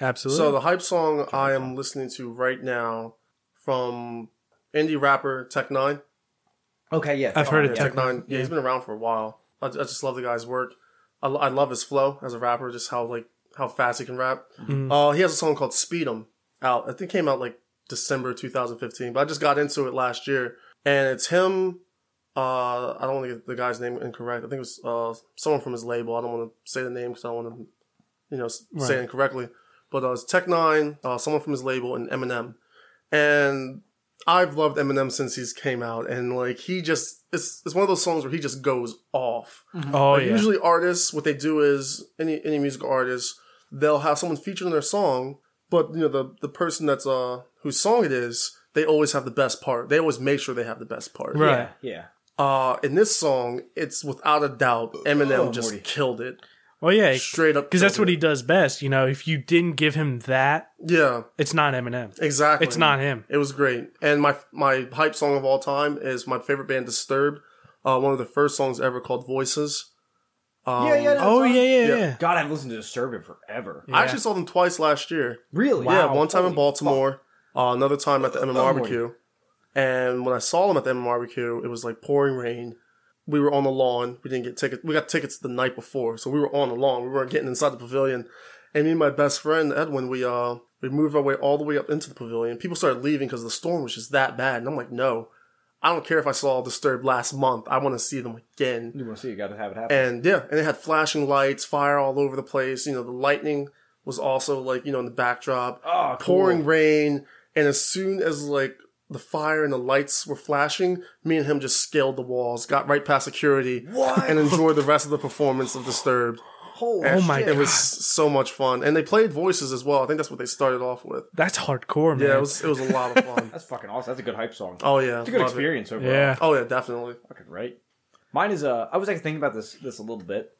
Speaker 2: Absolutely.
Speaker 3: So the hype song I am listening to right now from indie rapper Tech Nine.
Speaker 1: Okay, yeah.
Speaker 2: I've heard it.
Speaker 3: Tech
Speaker 2: Tech
Speaker 3: Nine. Yeah, he's been around for a while. I, I just love the guy's work. I, I love his flow as a rapper, just how like how fast he can rap. Uh, he has a song called "Speed 'Em" out. I think it came out like December 2015, but I just got into it last year, and it's him. Uh, I don't want to get the guy's name incorrect. I think it was uh, someone from his label. I don't want to say the name because I don't want to, you know, s say it incorrectly. But uh, it's Tech Nine, uh, someone from his label, and Eminem. And I've loved Eminem since he's came out, and like he just it's it's one of those songs where he just goes off.
Speaker 1: Mm-hmm.
Speaker 2: oh
Speaker 3: Like,
Speaker 2: yeah.
Speaker 3: Usually artists, what they do is any any musical artist, they'll have someone featured in their song, but you know the the person that's uh whose song it is, they always have the best part. They always make sure they have the best part.
Speaker 2: Right.
Speaker 1: Yeah, yeah.
Speaker 3: Uh, in this song, it's without a doubt Eminem
Speaker 1: Oh,
Speaker 3: just
Speaker 1: Morty.
Speaker 3: killed it
Speaker 2: oh yeah.
Speaker 3: straight up
Speaker 2: Because that's
Speaker 3: killed
Speaker 2: what he does best. You know, if you didn't give him that,
Speaker 3: it. yeah
Speaker 2: it's not Eminem.
Speaker 3: exactly
Speaker 2: It's not him.
Speaker 3: It was great. And my my hype song of all time is my favorite band Disturbed. Uh, one of the first songs ever called Voices. Um,
Speaker 1: yeah, yeah.
Speaker 2: Oh yeah, yeah, yeah.
Speaker 1: God, I've listened to Disturbed forever.
Speaker 3: I actually saw them twice last year.
Speaker 1: Really?
Speaker 3: Yeah, one time in Baltimore, uh, another time at the MM barbecue. And when I saw them at the MM barbecue, it was like pouring rain. We were on the lawn. We didn't get tickets. We got tickets the night before, so we were on the lawn. We weren't getting inside the pavilion. And me and my best friend Edwin, we uh we moved our way all the way up into the pavilion. People started leaving because the storm was just that bad. And I'm like, no, I don't care if I saw Disturbed last month. I want to see them again.
Speaker 1: You want to see? You got to have it happen.
Speaker 3: And yeah, and it had flashing lights, fire all over the place. You know, the lightning was also like, you know, in the backdrop,
Speaker 1: Oh, cool.
Speaker 3: pouring rain. And as soon as like the fire and the lights were flashing, me and him just scaled the walls, got right past security,
Speaker 1: What?
Speaker 3: and enjoyed the rest of the performance of Disturbed.
Speaker 1: Holy
Speaker 2: Oh my
Speaker 3: It was so much fun. And they played voices as well. I think that's what they started off with.
Speaker 2: That's hardcore, man.
Speaker 3: Yeah, it was, it was a lot of fun.
Speaker 1: That's fucking awesome. That's a good hype song.
Speaker 3: Oh, yeah.
Speaker 1: it's a good
Speaker 3: love it.
Speaker 1: experience overall.
Speaker 2: Yeah.
Speaker 3: Oh, yeah, definitely.
Speaker 1: Fucking right. Mine is uh I was actually thinking about this this a little bit.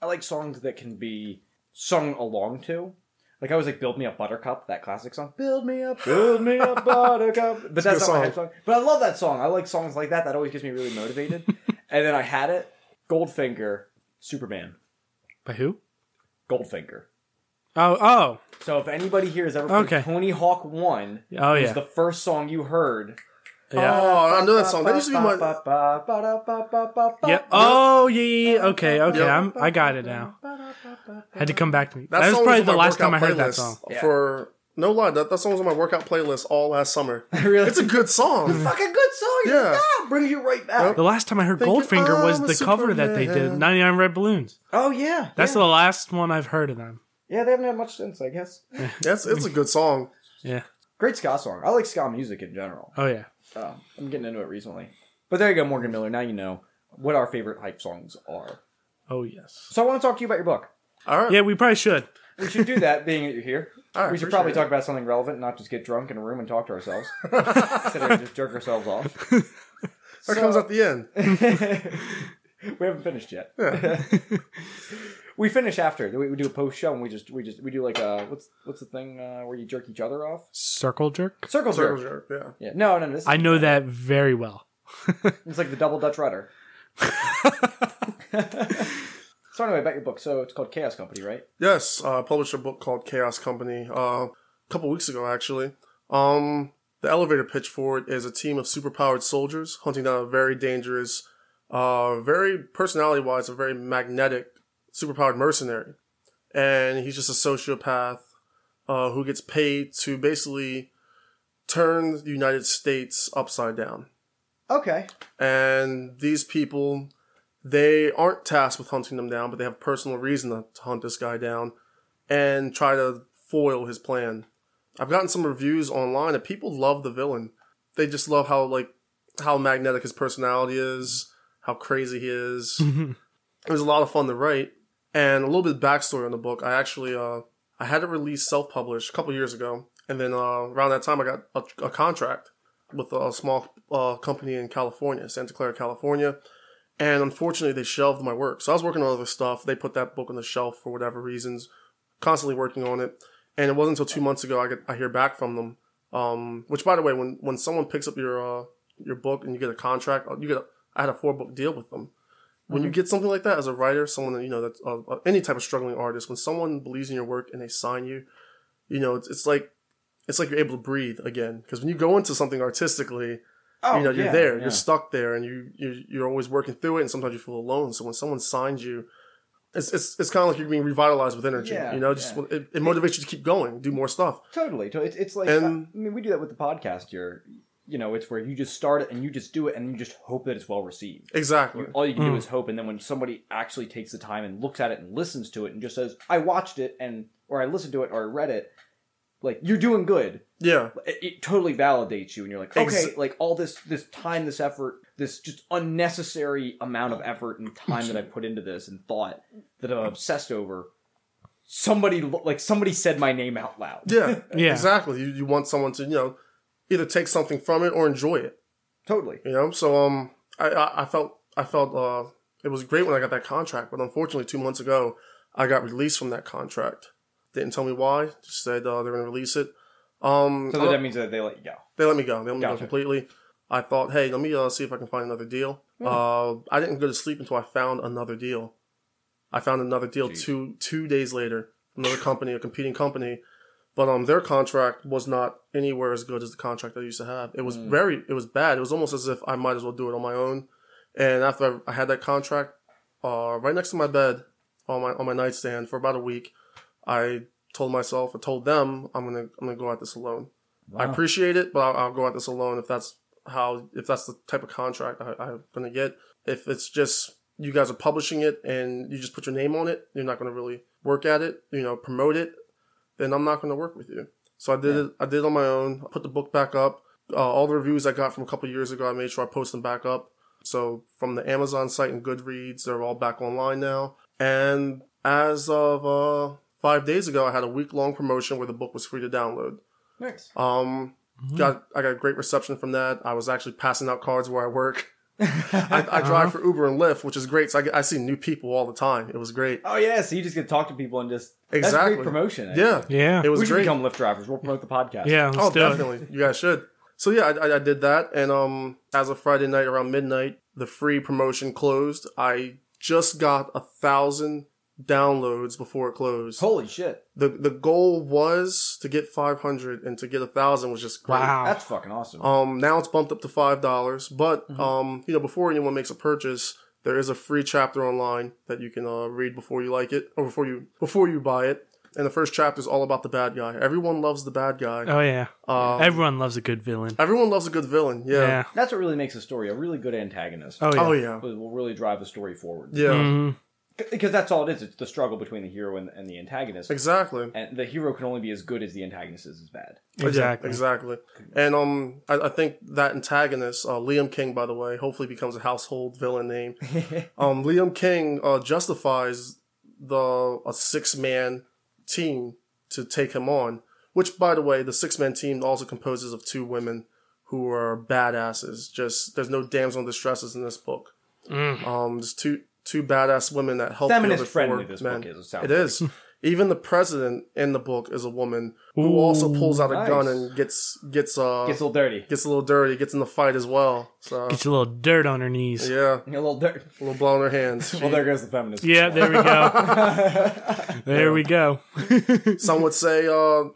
Speaker 1: I like songs that can be sung along to. Like I was like Build Me Up Buttercup, that classic song. Build me up, build me up buttercup. But that's not
Speaker 3: good
Speaker 1: my
Speaker 3: song.
Speaker 1: hype song. But I love that song. I like songs like that. That always gets me really motivated. and then I had it. Goldfinger, Superman.
Speaker 2: By who?
Speaker 1: Goldfinger.
Speaker 2: Oh oh
Speaker 1: So if anybody here has ever played
Speaker 2: Okay.
Speaker 1: Tony Hawk One,
Speaker 2: Oh,
Speaker 1: it was
Speaker 2: yeah.
Speaker 1: the first song you heard
Speaker 2: Yeah.
Speaker 3: Oh, I know that song. That used to be my.
Speaker 2: yeah. Oh yeah, yeah, yeah. Okay, okay.
Speaker 3: Yep.
Speaker 2: I'm I got it now. Had to come back to me. That,
Speaker 3: That,
Speaker 2: was
Speaker 3: song
Speaker 2: probably
Speaker 3: on
Speaker 2: the
Speaker 3: my
Speaker 2: last time I
Speaker 3: workout
Speaker 2: heard that
Speaker 3: playlist
Speaker 2: song.
Speaker 3: For no lie, that, that song was on my workout playlist all last summer.
Speaker 1: Really?
Speaker 3: It's a good song.
Speaker 1: Fucking good song.
Speaker 3: Yeah.
Speaker 1: Yeah. brings you right back.
Speaker 2: The last time I heard
Speaker 3: Thinking "Oh,
Speaker 2: Goldfinger was
Speaker 3: I'm a
Speaker 2: the cover that they did,
Speaker 3: Superman.
Speaker 2: 99 Red Balloons.
Speaker 1: Oh yeah.
Speaker 2: That's
Speaker 1: yeah.
Speaker 2: the last one I've heard of them.
Speaker 1: yeah. They haven't had much since, I guess.
Speaker 3: That's it's a good song.
Speaker 2: Yeah.
Speaker 1: Great ska song. I like ska music in general.
Speaker 2: Oh yeah.
Speaker 1: Um, I'm getting into it recently. But there you go, Morgan Miller. Now you know what our favorite hype songs are.
Speaker 2: Oh yes.
Speaker 1: So I want to talk to you about your book.
Speaker 3: All right.
Speaker 2: Yeah, we probably should.
Speaker 1: We should do that, being that you're here.
Speaker 3: All right,
Speaker 1: we should
Speaker 3: appreciate
Speaker 1: probably
Speaker 3: it.
Speaker 1: talk about something relevant, not just get drunk in a room and talk to ourselves. Instead of just jerk ourselves off.
Speaker 3: That comes at the end.
Speaker 1: We haven't finished yet. we finish after. We, we do a post show and we just we just we do like uh what's what's the thing uh, where you jerk each other off?
Speaker 2: Circle jerk.
Speaker 1: Circle
Speaker 3: Circle
Speaker 1: jerk.
Speaker 3: jerk, yeah.
Speaker 1: Yeah. No, no, no. This
Speaker 2: I know that very well.
Speaker 1: it's like the double Dutch rudder. so anyway, about your book. So it's called Chaos Company, right?
Speaker 3: Yes, uh, I published a book called Chaos Company uh, a couple weeks ago, actually. Um, the elevator pitch for it is a team of superpowered soldiers hunting down a very dangerous, uh, very personality-wise, a very magnetic superpowered mercenary, and he's just a sociopath uh, who gets paid to basically turn the United States upside down.
Speaker 1: Okay.
Speaker 3: and these people they aren't tasked with hunting them down but they have personal reason to, to hunt this guy down and try to foil his plan i've gotten some reviews online that people love the villain they just love how like how magnetic his personality is how crazy he is it was a lot of fun to write and a little bit of backstory on the book i actually uh i had it released self-published a couple years ago and then uh, around that time i got a, a contract with a small uh, company in California, Santa Clara, California. And unfortunately, they shelved my work. So I was working on other stuff. They put that book on the shelf for whatever reasons, constantly working on it. And it wasn't until two months ago I, get, I hear back from them. Um, which, by the way, when, when someone picks up your uh, your book and you get a contract, uh, you get a, I had a four book deal with them. When
Speaker 1: Mm.
Speaker 3: you get something like that as a writer, someone that you know that's uh, any type of struggling artist, when someone believes in your work and they sign you, you know it's, it's like it's like you're able to breathe again. Because when you go into something artistically,
Speaker 1: Oh,
Speaker 3: you know you're
Speaker 1: yeah,
Speaker 3: there
Speaker 1: yeah.
Speaker 3: you're stuck there and you, you you're always working through it and sometimes you feel alone so when someone signs you it's it's, it's kind of like you're being revitalized with energy
Speaker 1: Yeah,
Speaker 3: you know just
Speaker 1: yeah.
Speaker 3: it, it motivates you to keep going do more stuff
Speaker 1: Totally. To- It's, it's like
Speaker 3: And-
Speaker 1: I mean, we do that with the podcast here. You know, it's where you just start it and you just do it and you just hope that it's well received.
Speaker 3: exactly
Speaker 1: All you can do is hope, and then when somebody actually takes the time and looks at it and listens to it and just says, "I watched it," and or "I listened to it," or "I read it," like you're doing good.
Speaker 3: yeah
Speaker 1: It, it totally validates you, and you're like, "Okay,
Speaker 3: Ex-
Speaker 1: like all this this time, this effort, this just unnecessary amount of effort and time that I put into this and thought that I'm obsessed over." Somebody lo- like somebody said my name out loud.
Speaker 3: yeah
Speaker 2: Yeah.
Speaker 3: exactly you, you want someone to you know either take something from it or enjoy it
Speaker 1: Totally.
Speaker 3: you know so um i i, I felt i felt uh it was great when i got that contract but unfortunately two months ago i got released from that contract didn't tell me why just said uh, they're gonna release it um
Speaker 1: So
Speaker 3: I don't-
Speaker 1: that means that they let you go.
Speaker 3: They let me go. They let me
Speaker 1: Gotcha.
Speaker 3: go completely. I thought, hey, let me uh, see if I can find another deal. Uh, I didn't go to sleep until I found another deal. I found another deal two two days later. Another company, a competing company, but um, their contract was not anywhere as good as the contract I used to have. It was very, it was bad. It was almost as if I might as well do it on my own. And after I I had that contract, uh, right next to my bed, on my on my nightstand for about a week, I told myself, I told them, I'm gonna I'm gonna go at this alone. I appreciate it, but I'll, I'll go at this alone if that's how if that's the type of contract I, I'm gonna get. If it's just you guys are publishing it and you just put your name on it, you're not gonna really work at it, you know, promote it, then I'm not gonna work with you. So I did it. I did it on my own. I put the book back up. Uh, all the reviews I got from a couple years ago, I made sure I post them back up. So from the Amazon site and Goodreads, they're all back online now. And as of uh, five days ago, I had a week long promotion where the book was free to download.
Speaker 1: Nice.
Speaker 3: Um, got I got great reception from that. I was actually passing out cards where I work. I, I drive for Uber and Lyft, which is great. So I, get- I see new people all the time. It was great.
Speaker 1: Oh yeah, so you just get to talk to people and just that's
Speaker 3: Exactly.
Speaker 1: great promotion. actually.
Speaker 3: Yeah,
Speaker 2: Yeah.
Speaker 3: it was
Speaker 1: we should
Speaker 3: great.
Speaker 1: become Lyft drivers. We'll promote the podcast.
Speaker 2: yeah, let's
Speaker 3: Oh,
Speaker 2: do it.
Speaker 3: definitely. You guys should. So yeah, I, I- I did that, and um, as of Friday night around midnight, the free promotion closed. I just got a thousand downloads before it closed.
Speaker 1: Holy shit.
Speaker 3: The the goal was to get 500 and to get a 1000 was just great.
Speaker 2: Wow.
Speaker 1: That's fucking awesome.
Speaker 2: Oh.
Speaker 3: Um, now it's bumped up to five dollars, but um, you know, before anyone makes a purchase, there is a free chapter online that you can uh, read before you like it or before you before you buy it. And the first chapter is all about the bad guy. Everyone loves the bad guy.
Speaker 2: Oh yeah.
Speaker 3: Um,
Speaker 2: Everyone loves a good villain.
Speaker 3: everyone loves a good villain. Yeah.
Speaker 2: Yeah.
Speaker 1: That's what really makes a story a really good antagonist.
Speaker 2: Oh yeah.
Speaker 3: Oh yeah.
Speaker 1: Will will really drive the story forward.
Speaker 3: Yeah.
Speaker 2: Mhm.
Speaker 1: Because that's all it is. It's the struggle between the hero and, and the antagonist.
Speaker 3: Exactly.
Speaker 1: And the hero can only be as good as the antagonist is as bad.
Speaker 2: Exactly.
Speaker 3: Exactly. And um, I, I think that antagonist, uh, Liam King, by the way, hopefully becomes a household villain name. um, Liam King uh, justifies the a six man team to take him on. Which, by the way, the six man team also composes of two women who are badasses. Just there's no damsel in distresses in this book. Um, there's two two badass women that help the
Speaker 1: Feminist
Speaker 3: other four
Speaker 1: friendly this
Speaker 3: men.
Speaker 1: book is, it sounds
Speaker 3: It is. Even the president in the book is a woman who
Speaker 2: Ooh,
Speaker 3: also pulls out a
Speaker 1: nice.
Speaker 3: gun and gets gets
Speaker 2: Oh.
Speaker 3: uh
Speaker 1: Gets
Speaker 3: gets
Speaker 1: a
Speaker 3: a,
Speaker 1: little dirty.
Speaker 3: little dirty, gets in the fight as well. So
Speaker 2: Get your little dirt on her knees. Yeah,
Speaker 1: A
Speaker 3: yeah,
Speaker 1: little dirty.
Speaker 3: a little blow on her hands.
Speaker 1: Well, there goes the feminist.
Speaker 2: there we go. there we go.
Speaker 3: some would say uh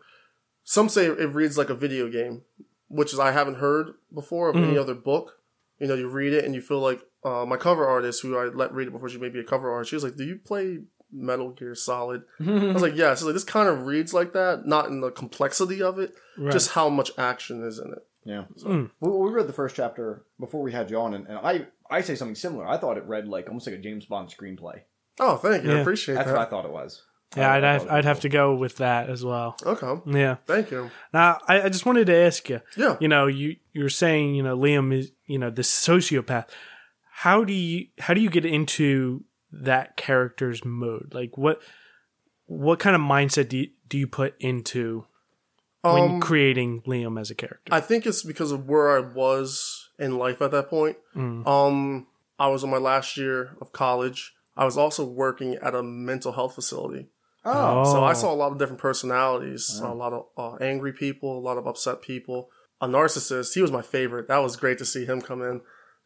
Speaker 3: some say it reads like a video game which is i haven't heard before of
Speaker 1: Mm.
Speaker 3: any other book you know you read it and you feel like uh, my cover artist who i let read it before she made me a cover art she was like do you play metal gear solid i was like yeah so like, this kind of reads like that not in the complexity of it just how much action is in it
Speaker 1: Yeah.
Speaker 2: Mm.
Speaker 1: We, we read the first chapter before we had you on, and, and I I say something similar. I thought it read like almost like a James Bond screenplay.
Speaker 3: oh thank you i
Speaker 2: Yeah.
Speaker 3: appreciate
Speaker 1: That's what I
Speaker 3: that
Speaker 1: thought it was.
Speaker 2: Yeah, I'd
Speaker 1: I
Speaker 2: have,
Speaker 1: thought it
Speaker 2: I'd
Speaker 1: was
Speaker 2: have to go with that as well.
Speaker 3: okay
Speaker 2: Yeah.
Speaker 3: thank you
Speaker 2: Now, I, I just wanted to ask you.
Speaker 3: yeah
Speaker 2: You know, you you're saying you know Liam is you know this sociopath. How do you how do you get into that character's mode? Like what what kind of mindset do you, do you put into when
Speaker 3: Um,
Speaker 2: creating Liam as a character?
Speaker 3: I think it's because of where I was in life at that point.
Speaker 2: Mm.
Speaker 3: Um, I was on my last year of college. I was also working at a mental health facility.
Speaker 1: Oh.
Speaker 3: So I saw a lot of different personalities, a lot of uh, angry people, a lot of upset people, a narcissist. He was my favorite. That was great to see him come in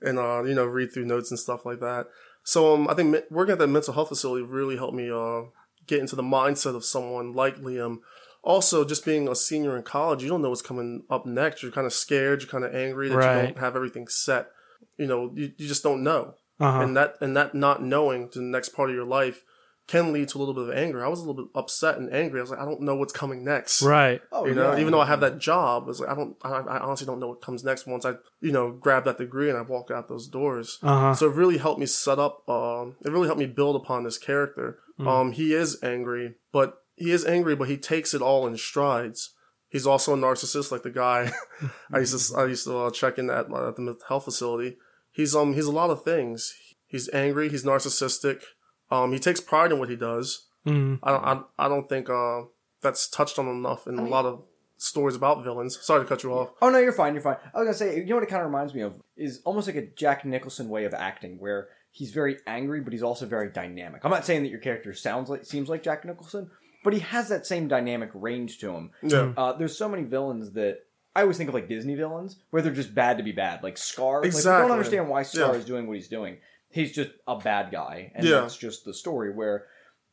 Speaker 3: and uh, you know read through notes and stuff like that. So um, I think me- working at that mental health facility really helped me uh, get into the mindset of someone like Liam. Also, just being a senior in college, you don't know what's coming up next. You're kind of scared. You're kind of angry that you
Speaker 2: Right.
Speaker 3: don't have everything set. You know, you, you just don't know
Speaker 2: Uh-huh.
Speaker 3: and that and that not knowing to the next part of your life can lead to a little bit of anger. I was a little bit upset and angry. I was like, I don't know what's coming next.
Speaker 2: right.
Speaker 1: Oh,
Speaker 3: You know,
Speaker 1: yeah.
Speaker 3: even though I have that job, I was like, I don't, I, I honestly don't know what comes next once I, you know, grab that degree and I walk out those doors.
Speaker 2: Uh-huh.
Speaker 3: So it really helped me set up. Um, it really helped me build upon this character. Um, he is angry, but he is angry, but he takes it all in strides. He's also a narcissist, like the guy I used to I used to uh, check in at, my, at the mental health facility. He's um he's a lot of things. He's angry. He's narcissistic. Um, he takes pride in what he does.
Speaker 2: Mm.
Speaker 3: I don't I, I don't think uh that's touched on enough in a lot of stories about villains. Sorry to cut you off.
Speaker 1: Oh no, you're fine. You're fine. I was gonna say, you know what it kind of reminds me of is almost like a Jack Nicholson way of acting, where he's very angry, but he's also very dynamic. I'm not saying that your character sounds like seems like Jack Nicholson, but he has that same dynamic range to him.
Speaker 3: Yeah.
Speaker 1: Uh, there's so many villains that I always think of like Disney villains, where they're just bad to be bad, like Scar. Like, you
Speaker 3: Exactly.
Speaker 1: don't understand why Scar
Speaker 3: Yeah.
Speaker 1: is doing what he's doing. He's just a bad guy, and
Speaker 3: Yeah.
Speaker 1: that's just the story. Where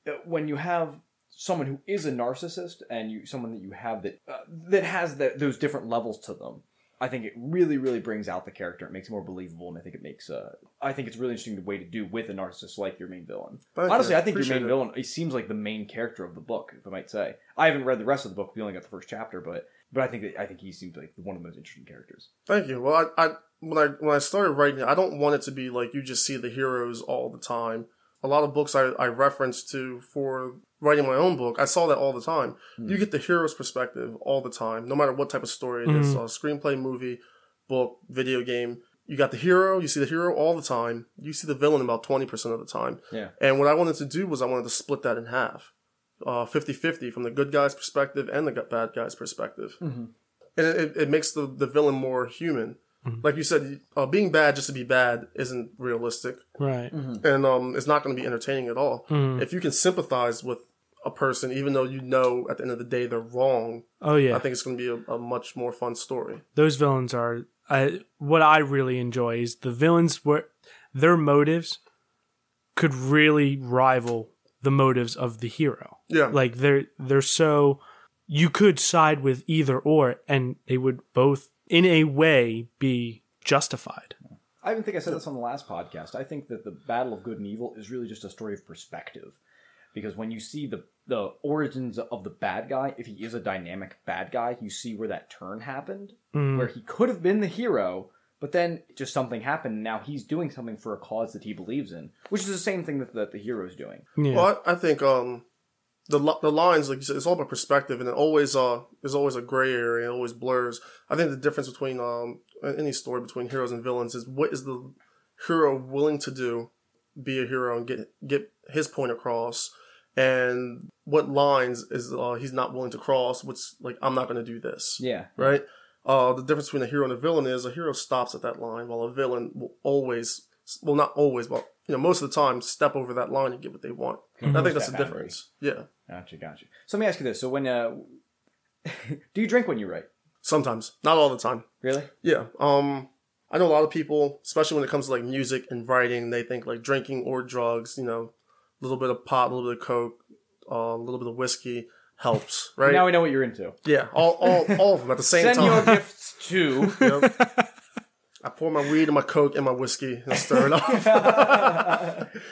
Speaker 1: uh, when you have someone who is a narcissist and you someone that you have that uh, that has that those different levels to them, I think it really, really brings out the character. It makes it more believable, and I think it makes. Uh, I think it's a really interesting way to do with a narcissist like your main villain.
Speaker 3: Thank
Speaker 1: Honestly,
Speaker 3: you.
Speaker 1: I think your
Speaker 3: Appreciate
Speaker 1: main
Speaker 3: it.
Speaker 1: villain. It seems like the main character of the book, if I might say. I haven't read the rest of the book. We only got the first chapter, but but I think that, I think he seems like one of the most interesting characters.
Speaker 3: Thank you. Well, I, I when I when I started writing, it, I don't want it to be like you just see the heroes all the time. A lot of books I, I reference to for writing my own book, I saw that all the time. You get the hero's perspective all the time, no matter what type of story it is, a screenplay, movie, book, video game. You got the hero, you see the hero all the time. You see the villain about 20% of the time.
Speaker 1: Yeah.
Speaker 3: And what I wanted to do was I wanted to split that in half. Uh, 50-50 from the good guy's perspective and the gu- bad guy's perspective and it, it, it makes the, the villain more human. Like you said, uh, being bad just to be bad isn't realistic,
Speaker 2: Right.
Speaker 3: and um, it's not going to be entertaining at all. If you can sympathize with a person, even though you know at the end of the day they're wrong,
Speaker 2: Oh yeah.
Speaker 3: I think it's going to be a, a much more fun story.
Speaker 2: those villains are I, what I really enjoy is the villains where their motives could really rival the motives of the hero.
Speaker 3: Yeah.
Speaker 2: Like they're they're so you could side with either or and they would both in a way be justified.
Speaker 1: I even think I said this on the last podcast. I think that the battle of good and evil is really just a story of perspective, because when you see the the origins of the bad guy, if he is a dynamic bad guy, you see where that turn happened, where he could have been the hero, but then just something happened. And now he's doing something for a cause that he believes in, which is the same thing that, that the hero's doing.
Speaker 2: Yeah.
Speaker 3: Well, I, I think um, the li- the lines like you said, it's all about perspective, and it always uh there's always a gray area, it always blurs. I think the difference between um any story between heroes and villains is what is the hero willing to do, be a hero and get get his point across, and what lines is uh, he's not willing to cross. Which like I'm not going to do this
Speaker 1: Yeah,
Speaker 3: right? Uh, the difference between a hero and a villain is a hero stops at that line, while a villain will always, well, not always, but you know, most of the time, step over that line and get what they want. I think that's the
Speaker 1: Hmm. That boundary.
Speaker 3: difference. Yeah,
Speaker 1: gotcha, gotcha. So let me ask you this: So when uh, do you drink when you write?
Speaker 3: sometimes, not all the time.
Speaker 1: Really?
Speaker 3: Yeah. Um, I know a lot of people, especially when it comes to like music and writing, they think like drinking or drugs. You know, a little bit of pot, a little bit of coke, uh, a little bit of whiskey helps, right?
Speaker 1: Now we know what you're into.
Speaker 3: yeah, all, all, all of them at the same
Speaker 1: Send
Speaker 3: time.
Speaker 1: your gifts to.
Speaker 3: I pour my weed and my coke and my whiskey and I stir it up.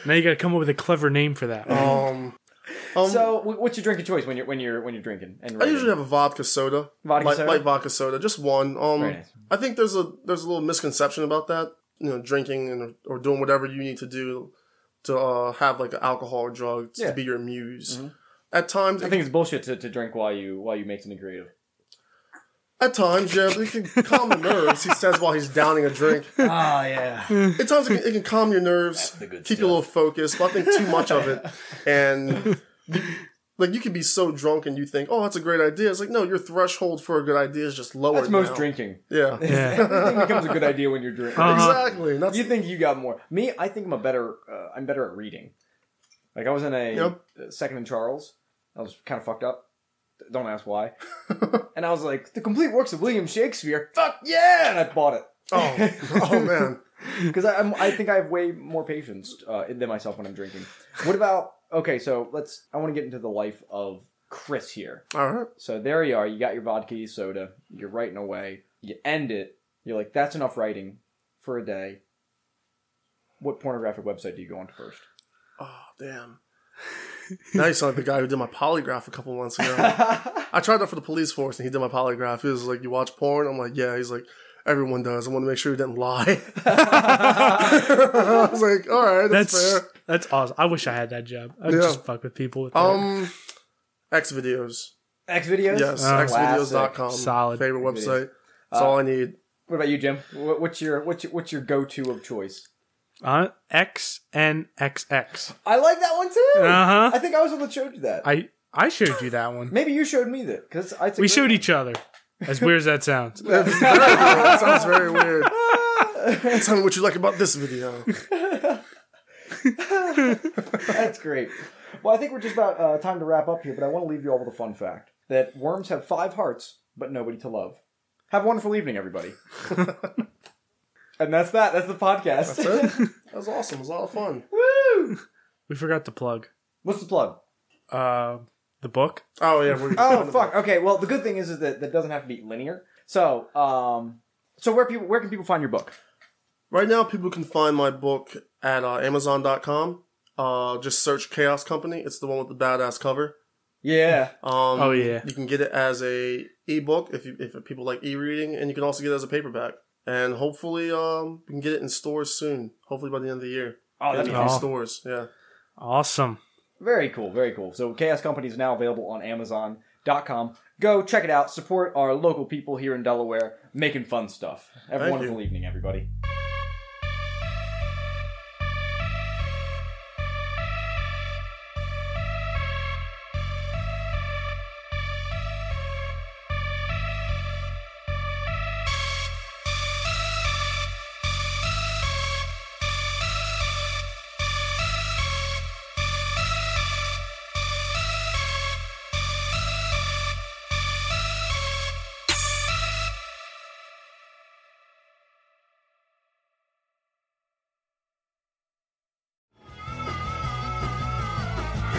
Speaker 2: now you got to come up with a clever name for that.
Speaker 3: Um, um,
Speaker 1: So, wh- what's your drink of choice when you're when you're when you're drinking? And
Speaker 3: I
Speaker 1: writing?
Speaker 3: usually have a vodka soda,
Speaker 1: Vodka
Speaker 3: light,
Speaker 1: soda?
Speaker 3: light vodka soda, just one. Um,
Speaker 1: Very nice.
Speaker 3: I think there's a there's a little misconception about that. You know, drinking and or doing whatever you need to do to uh, have like an alcohol or drug
Speaker 1: Yeah. Mm-hmm.
Speaker 3: to be your muse. At times,
Speaker 1: I think it's bullshit to, to drink while you while you make something creative.
Speaker 3: at times, yeah, but it can calm the nerves. He says while he's downing a drink.
Speaker 1: Ah, yeah.
Speaker 3: At times, it can, it can calm your nerves, keep you a little focused. But I think too much of it, and like you can be so drunk and you think, oh, that's a great idea. It's like no, your threshold for a good idea is just lower.
Speaker 1: That's most
Speaker 3: now.
Speaker 1: drinking.
Speaker 3: Yeah.
Speaker 2: yeah.
Speaker 1: Everything becomes a good idea when you're drinking.
Speaker 3: Exactly. That's
Speaker 1: You think you got more? Me, I think I'm a better. Uh, I'm better at reading. Like I was in a
Speaker 3: Yep.
Speaker 1: uh, second in Charles. I was kind of fucked up. Don't ask why. and I was like, the complete works of William Shakespeare. Fuck yeah! And I bought it
Speaker 3: oh, oh man.
Speaker 1: because I, I'm- I think I have way more patience uh, than myself when I'm drinking. What about? Okay, so let's. I want to get into the life of Chris here.
Speaker 3: All right.
Speaker 1: So there you are. You got your vodka, your soda. You're writing away. You end it. You're like, that's enough writing for a day. What pornographic website do you go on to first?
Speaker 3: Oh damn. Now you sound like the guy who did my polygraph a couple months ago. I tried that for the police force, and he did my polygraph. He was like, "You watch porn?" I'm like, "Yeah." He's like, "Everyone does." I want to make sure you didn't lie. I was like, "All right, that's,
Speaker 2: That's
Speaker 3: fair."
Speaker 2: that's awesome. I wish I had that job. I'd
Speaker 3: Yeah.
Speaker 2: just fuck with people with that.
Speaker 3: Um, X videos.
Speaker 1: X videos.
Speaker 3: Yes,
Speaker 2: Oh.
Speaker 3: xvideos.com.
Speaker 2: Solid.
Speaker 3: favorite website. That's all I need.
Speaker 1: What about you, Jim? What, what's your what's your, what's your go to of choice?
Speaker 2: Uh, X and XX.
Speaker 1: I like that one too.
Speaker 2: Uh-huh.
Speaker 1: I think I was on the show to that.
Speaker 2: I I showed you that one.
Speaker 1: Maybe you showed me that because I.
Speaker 2: We showed each other. As weird as that sounds.
Speaker 3: that sounds very weird. Tell me what you like about this video.
Speaker 1: That's great. Well, I think we're just about uh, time to wrap up here, but I want to leave you all with a fun fact that worms have five hearts, but nobody to love. Have a wonderful evening, everybody. and that's that. That's the podcast.
Speaker 3: that was awesome. It was a lot of fun.
Speaker 1: Woo!
Speaker 2: We forgot to plug
Speaker 1: What's the plug?
Speaker 2: uh, the book.
Speaker 3: Oh yeah. We're
Speaker 1: Oh fuck. Okay. Well, the good thing is, is that that doesn't have to be linear. So, um, so where people where can people find your book?
Speaker 3: Right now, people can find my book at uh, Amazon.com. Uh, just search Chaos Company. It's the one with the badass cover.
Speaker 1: Yeah.
Speaker 3: Um,
Speaker 2: Oh, yeah.
Speaker 3: You can get it as a ebook if you, if people like e-reading, and you can also get it as a paperback. And hopefully, um, we can get it in stores soon. Hopefully by the end of the year.
Speaker 1: Oh,
Speaker 3: Get
Speaker 1: that'd
Speaker 3: it
Speaker 1: be
Speaker 3: in
Speaker 2: Oh.
Speaker 3: stores. Yeah.
Speaker 2: Awesome.
Speaker 1: Very cool, very cool. So Chaos Company is now available on Amazon.com. Go check it out. Support our local people here in Delaware making fun stuff. Have a
Speaker 3: Thank
Speaker 1: wonderful evening, everybody.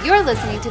Speaker 4: You're listening to